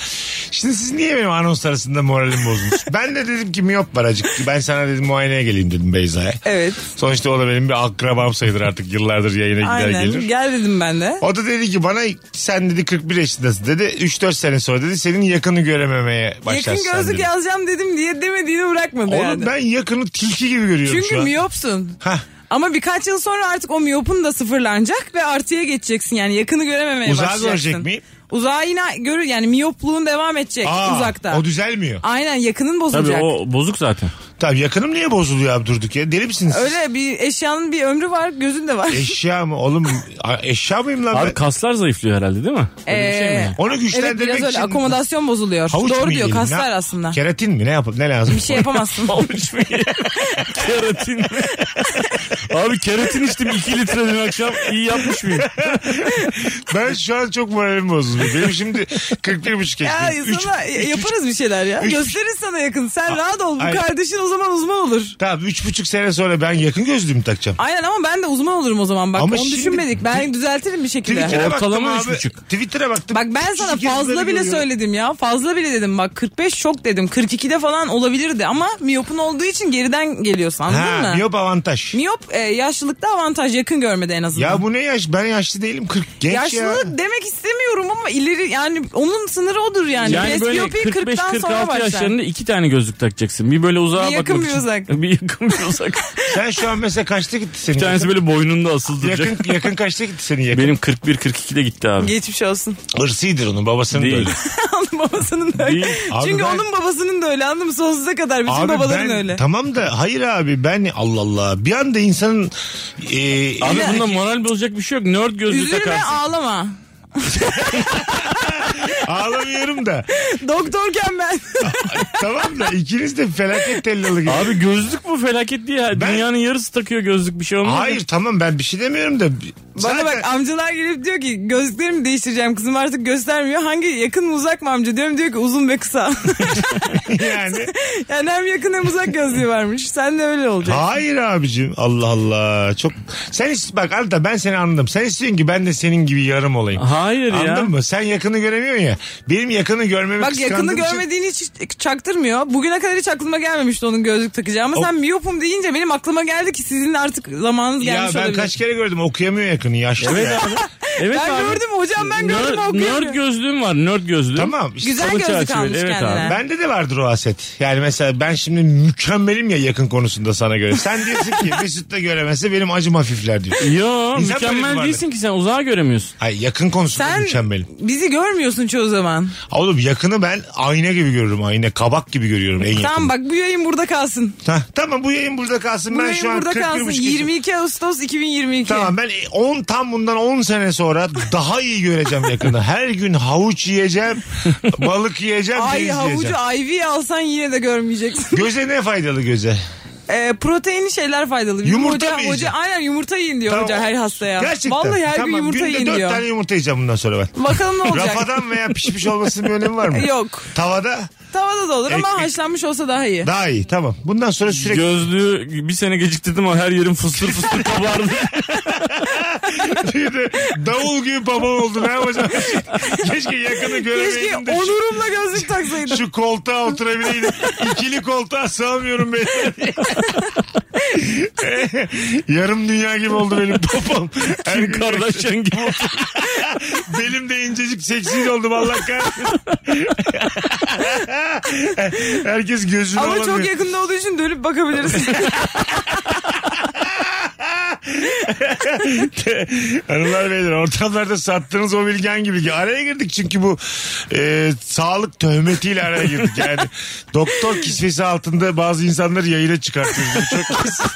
Şimdi siz niye benim anons arasında moralim bozdunuz? Ben de dedim ki miyop var acık. Ben sana dedim muayeneye geleyim dedim Beyza'ya. Evet. Sonuçta o da benim bir akrabam sayılır artık yıllardır yayına gider Aynen. gelir. Gel dedim ben de. O da dedi ki bana sen dedi 41 yaşındasın dedi. 3-4 sene sonra dedi senin yakını görememeye başlarsın. Yakın gözlük dedi. yazacağım dedim diye demediğini bırakmadı Oğlum yani. ben yakını tilki gibi görüyorum Çünkü şu an. miyopsun. Hah. Ama birkaç yıl sonra artık o miyopun da sıfırlanacak ve artıya geçeceksin. Yani yakını görememeye Uzağı başlayacaksın. görecek miyim? Uzağı yine görür yani miyopluğun devam edecek Aa, uzakta. O düzelmiyor. Aynen yakının Tabii bozulacak. o bozuk zaten. Tamam yakınım niye bozuluyor abi durduk ya? Deli misiniz? siz? Öyle bir eşyanın bir ömrü var gözün de var. Eşya mı oğlum? A- Eşya mıyım lan Abi ben? kaslar zayıflıyor herhalde değil mi? E, Öyle bir şey mi? Ee, yani? Onu evet güçlendirmek biraz öyle için akomodasyon bozuluyor. havuç mu Doğru diyor yiyelim? kaslar Ne- aslında. Keratin mi? Ne yapalım? Ne lazım? Bir şey yapamazsın. Avuç mu yiyelim? Keratin mi? Abi keratin içtim 2 litre dün akşam. İyi yapmış mıyım? ben şu an çok moralim bozuldu. Benim şimdi 41 buçuk ya yaşındayım. Üç- sana üç- yaparız bir şeyler ya. üç- Gösteririz sana yakın. Sen rahat ol. Bu Ay- kardeşin o zaman uzman olur. Tamam üç buçuk sene sonra ben yakın gözlüğümü takacağım. Aynen ama ben de uzman olurum o zaman. Bak Ama onu şimdi- düşünmedik. Ben düzeltirim bir şekilde. Twitter'a Ortalama baktım üç abi. buçuk. Twitter'a baktım. Bak ben sana 38 fazla lira bile görüyorum. söyledim ya. Fazla bile dedim. Bak 45 çok dedim. 42'de falan olabilirdi ama miyopun olduğu için geriden geliyorsun anladın Ha, mı? Miyop, miyop avantaj. e, yaşlılıkta avantaj yakın görmede en azından. Ya bu ne yaş? Ben yaşlı değilim. 40 genç Yaşlılık ya. demek istemiyorum ama ileri yani onun sınırı odur yani. Yani böyle Presbiyopi 40'tan Hani sonra 45-46 başlar. yaşlarında iki tane gözlük takacaksın. Bir böyle uzağa Bir bakmak yakın, bir için. uzak. Bir yakın bir uzak. Sen şu an mesela kaçta gitti senin? bir tanesi böyle boynunda asılı duracak. Yakın, yakın kaçta gitti senin yakın? Benim 41-42'de gitti abi. Geçmiş olsun. Hırsıdır onun babasının da Değil. öyle. Onun babasının da öyle. Değil. Abi Çünkü ben- onun babasının da öyle anladın mı? Sonsuza kadar bütün babaların ben, öyle. Tamam da hayır abi ben Allah Allah bir anda insanın e, Abi elindeki- bunda moral bozacak bir şey yok. Nerd gözlüğü Üzülme takarsın. ağlama. ağlamıyorum da Doktorken ben. tamam da ikiniz de felaket tellalı gibi. Abi gözlük bu felaket diye. Ben- Dünyanın yarısı takıyor gözlük bir şey olmaz. Hayır tamam ben bir şey demiyorum da Bana zaten bak amcalar gelip diyor ki gözlüklerimi değiştireceğim kızım artık göstermiyor. Hangi yakın mı uzak mı amca diyorum diyor ki uzun ve kısa. yani yani hem yakın hem uzak gözlüğü varmış. Sen de öyle olacak. hayır abicim Allah Allah çok sen is- bak Alta ben seni anladım sen istiyorsun ki ben de senin gibi yarım olayım. Hayır ya. Anladın mı? Sen yakını göremiyorsun ya. Benim yakını görmemi Bak yakını kıskandığım için- görmediğini hiç çaktırmıyor. Bugüne kadar hiç aklıma gelmemişti onun gözlük takacağı. Ama sen miyopum deyince benim aklıma geldi ki sizin artık zamanınız Ya gelmiş ben olabilir. kaç kere gördüm okuyamıyor yakını yaşlı. Evet abi. Evet ben abi. gördüm hocam ben gördüm Nerd, okuyamıyorum. nerd gözlüğüm var. Nerd gözlüğüm. Tamam. işte Güzel Kapı gözlük çerçeveli, almış evet abi. kendine. Bende de vardır o aset. Yani mesela ben şimdi mükemmelim ya yakın konusunda sana göre. Sen diyorsun ki Mesut da göremezse benim acım hafifler diyor. Yo İnsan böyle bir mükemmel varlık. değilsin ki sen uzağa göremiyorsun. Ay yakın konusunda Sen mükemmelim. bizi görmüyorsun çoğu zaman. Oğlum yakını ben ayna gibi görürüm. Ayna kabak gibi görüyorum en yakın. Tamam bak bu yayın burada kalsın. Hah, tamam bu yayın burada kalsın. Bu ben yayın şu an burada 41,5 kalsın. yaşındayım. 22 Ağustos 2022. Tamam ben 10 tam bundan 10 sene sonra daha iyi göreceğim yakında. Her gün havuç yiyeceğim, balık yiyeceğim, Ay deniz havucu yiyeceğim. IV alsan yine de görmeyeceksin. Göze ne faydalı göze? Ee, protein şeyler faydalı. Bizim Yumurta hoca, mı hoca- yiyeceğim? aynen yumurta yiyin diyor hoca her hastaya. Gerçekten. Vallahi her gün Tamam, yumurta günde yiyin dört diyor. tane yumurta yiyeceğim bundan sonra ben. Bakalım ne olacak. Rafadan veya pişmiş olmasının bir önemi var mı? Yok. Tavada Tavada da olur ama Ekmek. haşlanmış olsa daha iyi. daha iyi tamam. Bundan sonra sürekli Gözlüğü bir sene geciktirdim ama her yerim fısır fısır kabardı. tüyde davul gibi baba oldu. Ne yapacağım? Keşke yakını Keşke göremeydim de şu- onurumla gözlük taksaydım. şu koltuğa oturabileydim. İkili koltuğa sığamıyorum ben. Yarım dünya gibi oldu benim popom. Her gün Kardashian gibi oldu. belim de incecik seksiz oldu Allah kahretsin. Herkes gözünü Ama alamıyor. çok yakında olduğu için dönüp bakabiliriz. Hanımlar beyler ortamlarda sattığınız o bilgen gibi. ki Araya girdik çünkü bu e, sağlık töhmetiyle araya girdik. Yani doktor kisvesi altında bazı insanları yayına çıkartıyoruz. Bu çok kesin.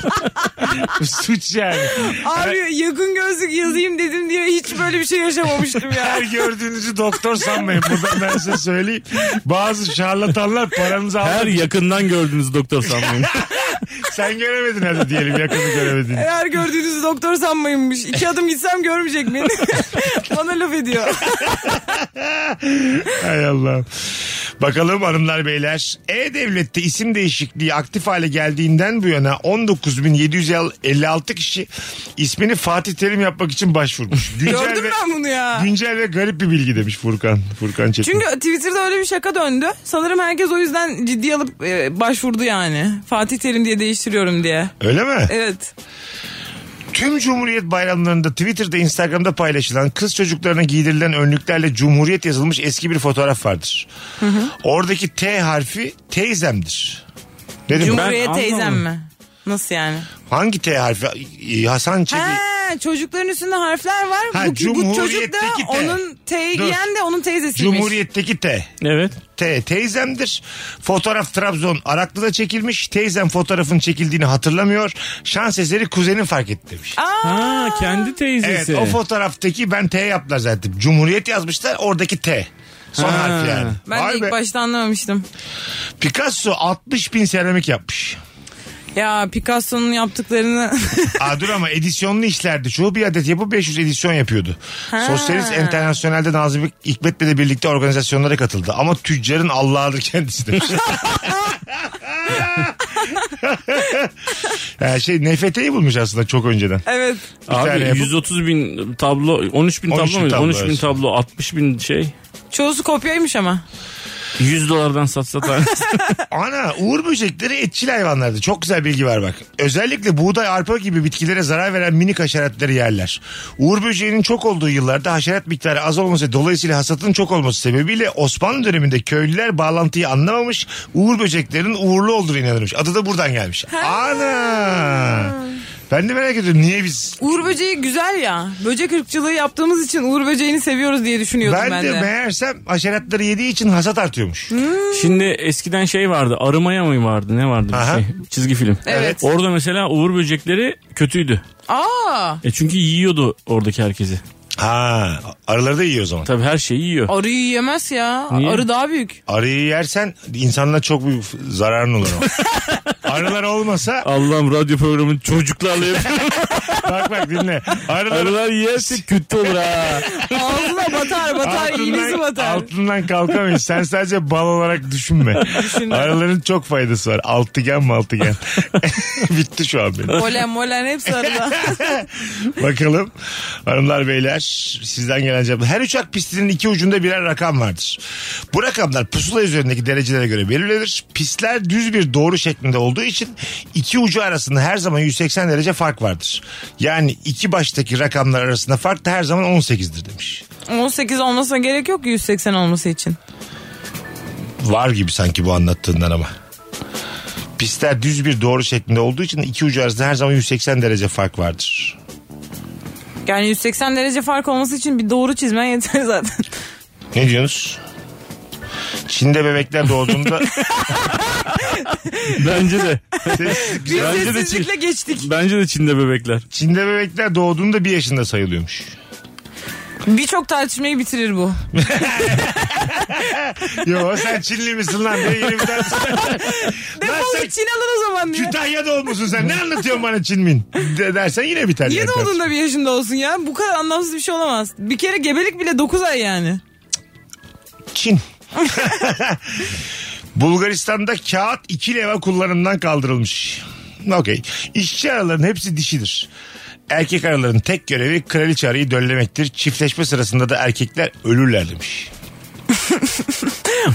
Bu suç yani. Abi yakın gözlük yazayım dedim diye hiç böyle bir şey yaşamamıştım ya. Her gördüğünüzü doktor sanmayın. Buradan ben size söyleyeyim. Bazı şarlatanlar paranızı aldı. Her yakından gördüğünüz doktor sanmayın. Sen göremedin hadi diyelim yakını göremedin. Her gördüğünüzü doktor sanmayınmış. İki adım gitsem görmeyecek beni. Bana laf ediyor. Hay Allah. Bakalım hanımlar beyler. E-Devlet'te isim değişikliği aktif hale geldiğinden bu yana 19.756 kişi ismini Fatih Terim yapmak için başvurmuş. Güncel Gördüm ve, ben bunu ya. güncel ve garip bir bilgi demiş Furkan. Furkan Çetin. Çünkü Twitter'da öyle bir şaka döndü. Sanırım herkes o yüzden ciddi alıp e, başvurdu yani. Fatih Terim diye değiştiriyorum diye. Öyle mi? Evet. Tüm Cumhuriyet bayramlarında Twitter'da Instagram'da paylaşılan kız çocuklarına giydirilen önlüklerle Cumhuriyet yazılmış eski bir fotoğraf vardır. Oradaki T harfi teyzemdir. Ne demek? Cumhuriyet anlamadım. teyzem mi? Nasıl yani? Hangi T harfi? Ee, Hasan Çebi. Ha, çocukların üstünde harfler var. Ha, Bu- bu, çocuk da Cumhuriyet'teki T. onun T'yi Dur. giyen de onun teyzesiymiş. Cumhuriyetteki T. evet. T teyzemdir. Fotoğraf Trabzon Araklı'da çekilmiş. Teyzem fotoğrafın çekildiğini hatırlamıyor. Şans eseri kuzenim fark etti demiş. Ha kendi Evet teyzesi. o fotoğraftaki ben T yaptılar zaten. Cumhuriyet yazmışlar oradaki T. Son Ha. harfi yani. Ben Vay de ilk be. başta anlamamıştım. Picasso 60 bin seramik yapmış. Ya Picasso'nun yaptıklarını Aa, dur ama edisyonlu işlerdi. Çoğu bir adet yapıp 500 edisyon yapıyordu. Sosyalist Enternasyonel'de Nazım Hikmet'le de birlikte organizasyonlara katıldı. Ama tüccarın Allah'ıdır kendisi demiş. yani şey NFT'yi bulmuş aslında çok önceden. evet. tane Abi yapıp- 130 bin tablo, 13 bin 13 bin tablo muydu? tablo 13 bin arası. tablo, 60 bin şey. Çoğusu kopyaymış ama. 100 dolardan satsa tanesi. Ana uğur böcekleri etçil hayvanlardı. Çok güzel bilgi var bak. Özellikle buğday, arpa gibi bitkilere zarar veren minik haşeratları yerler. Uğur böceğinin çok olduğu yıllarda haşerat miktarı az olması dolayısıyla hasatın çok olması sebebiyle Osmanlı döneminde köylüler bağlantıyı anlamamış. Uğur böceklerinin uğurlu olduğunu inanırmış. Adı da buradan gelmiş. Ana! Ben de merak ediyorum niye biz Uğur böceği güzel ya. Böcek ırkçılığı yaptığımız için Uğur böceğini seviyoruz diye düşünüyordum ben, ben, de, meğersem haşeratları yediği için hasat artıyormuş. Şimdi eskiden şey vardı. Arımaya mı vardı? Ne vardı bir Aha. şey? Çizgi film. Evet. Orada mesela Uğur böcekleri kötüydü. Aa, E çünkü yiyordu oradaki herkesi. Ha, arıları da yiyor o zaman. Tabii her şeyi yiyor. arıyı yiyemez ya. Niye? Arı daha büyük. Arıyı yersen insanlara çok büyük zararın olur ama. Arılar olmasa Allah'ım radyo programını çocuklarla yapıyor. bak bak dinle. Arılar Arılar yerse kötü olur ha. Ağzına batar batar. batar, iğnesi batar. altından kalkamayız. Sen sadece bal olarak düşünme. Düşünme. Araların çok faydası var. Altıgen mi altıgen? Bitti şu an benim. Molen molen hepsi arada. Bakalım hanımlar beyler sizden gelen cevap. Her uçak pistinin iki ucunda birer rakam vardır. Bu rakamlar pusula üzerindeki derecelere göre belirlenir. Pistler düz bir doğru şeklinde olduğu için iki ucu arasında her zaman 180 derece fark vardır. Yani iki baştaki rakamlar arasında fark da her zaman 18'dir demiş. 18 olmasına gerek yok 180 olması için. Var gibi sanki bu anlattığından ama. Pistler düz bir doğru şeklinde olduğu için iki ucu arasında her zaman 180 derece fark vardır. Yani 180 derece fark olması için bir doğru çizmen yeter zaten. Ne diyorsunuz? Çin'de bebekler doğduğunda Bence de. Bir Bence de sessizlikle geçtik. Bence de Çin'de bebekler. Çin'de bebekler doğduğunda bir yaşında sayılıyormuş. Birçok tartışmayı bitirir bu. Yo sen Çinli misin lan? Ben 24 Lan Defol sen git Çin alın o zaman diyor. Kütahya'da olmuşsun sen. Ne anlatıyorsun bana Çinmin? De dersen yine biter. Niye yani. doğdun da bir yaşında olsun ya? Bu kadar anlamsız bir şey olamaz. Bir kere gebelik bile 9 ay yani. Çin. Bulgaristan'da kağıt iki leva kullanımdan kaldırılmış. Okey. İşçi arıların hepsi dişidir. Erkek arıların tek görevi kraliçe arıyı döllemektir. Çiftleşme sırasında da erkekler ölürler demiş.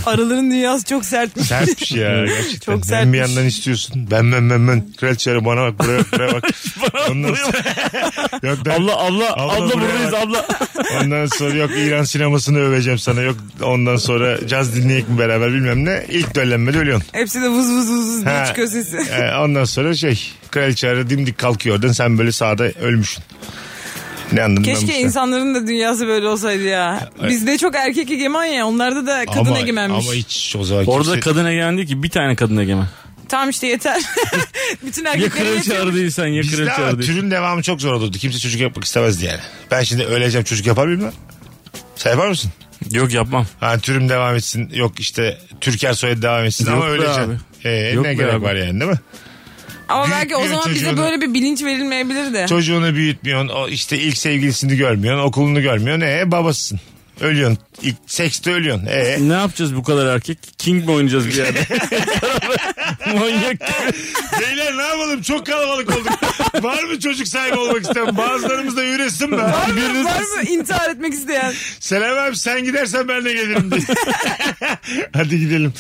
Arıların dünyası çok sertmiş. Sertmiş ya gerçekten. Çok Hem bir sertmiş. yandan istiyorsun. Ben ben ben ben. Kraliçe arı bana bak buraya, buraya bak. Ondan sonra... Yok, ben- Abla abla abla, Abla buraya buradayız bak. abla. Ondan sonra yok İran sinemasını öveceğim sana. Yok ondan sonra caz dinleyek mi beraber bilmem ne. İlk döllenmede ölüyorsun. Hepsi de vız vız vız vız Ha. diye çıkıyor sesi. Ee, ondan sonra şey kraliçe arı dimdik kalkıyor oradan sen böyle sağda ölmüşsün. Ne anladım ben bu Keşke işten? insanların da dünyası böyle olsaydı ya. Bizde çok erkek egemen ya. Onlarda da kadın ama, egemenmiş. Ama hiç o zaman Orada kimse- kadın egemen değil ki bir tane kadın egemen. Tamam işte yeter. Bütün Ya erkekleri kraliçe yeter. arı değilsen ya Bizde kraliçe ama arı değil. türün devamı çok zor olurdu. Kimse çocuk yapmak istemezdi yani. Ben şimdi öleceğim çocuk yapar mıyım lan? Sen yapar mısın? Yok yapmam. Ha, türüm devam etsin. Yok işte Türker soyadı devam etsin Yok ama be abi. öleceğim. Ee, Yok ne be gerek abi. var yani değil mi? Ama Büyük belki o bir zaman bize çocuğunu- böyle bir bilinç verilmeyebilir de. Çocuğunu büyütmüyorsun. O işte ilk sevgilisini görmüyorsun. Okulunu görmüyorsun. E babasısın. Ölüyorsun. İlk sekste ölüyorsun. E Ne yapacağız bu kadar erkek? King mi oynayacağız bir yerde? Manyak. beyler ne yapalım? Çok kalabalık olduk. Var mı çocuk sahibi olmak isteyen? Bazılarımız da üresin be. Var mı, var mı intihar etmek isteyen? Selam abi sen gidersen ben de gelirim diye. Hadi gidelim.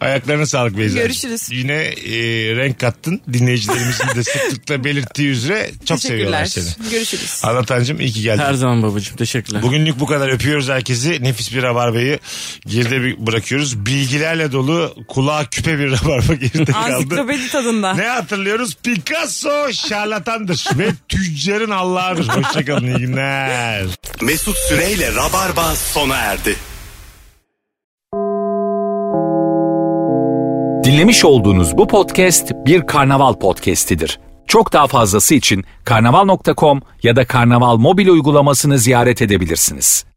Ayaklarına sağlık Beyza. Görüşürüz. Yine e, renk kattın. Dinleyicilerimizin de sıklıkla belirttiği üzere çok seviyorlar Teşekkürler. seni. Görüşürüz. Anlatancım iyi ki geldin. Her zaman babacığım teşekkürler. Bugünlük bu kadar. Öpüyoruz herkesi. Nefis bir rabarbayı geride bir bırakıyoruz. Bilgilerle dolu kulağa küpe bir rabarba geride kaldı. Ansiklopedi tadında. Ne hatırlıyoruz? Picasso şarlatandır ve tüccarın Allah'ıdır. Hoşçakalın iyi günler. Mesut Süreyle Rabarba sona erdi. Dinlemiş olduğunuz bu podcast bir karnaval podcastidir. Çok daha fazlası için karnaval.com ya da karnaval mobil uygulamasını ziyaret edebilirsiniz.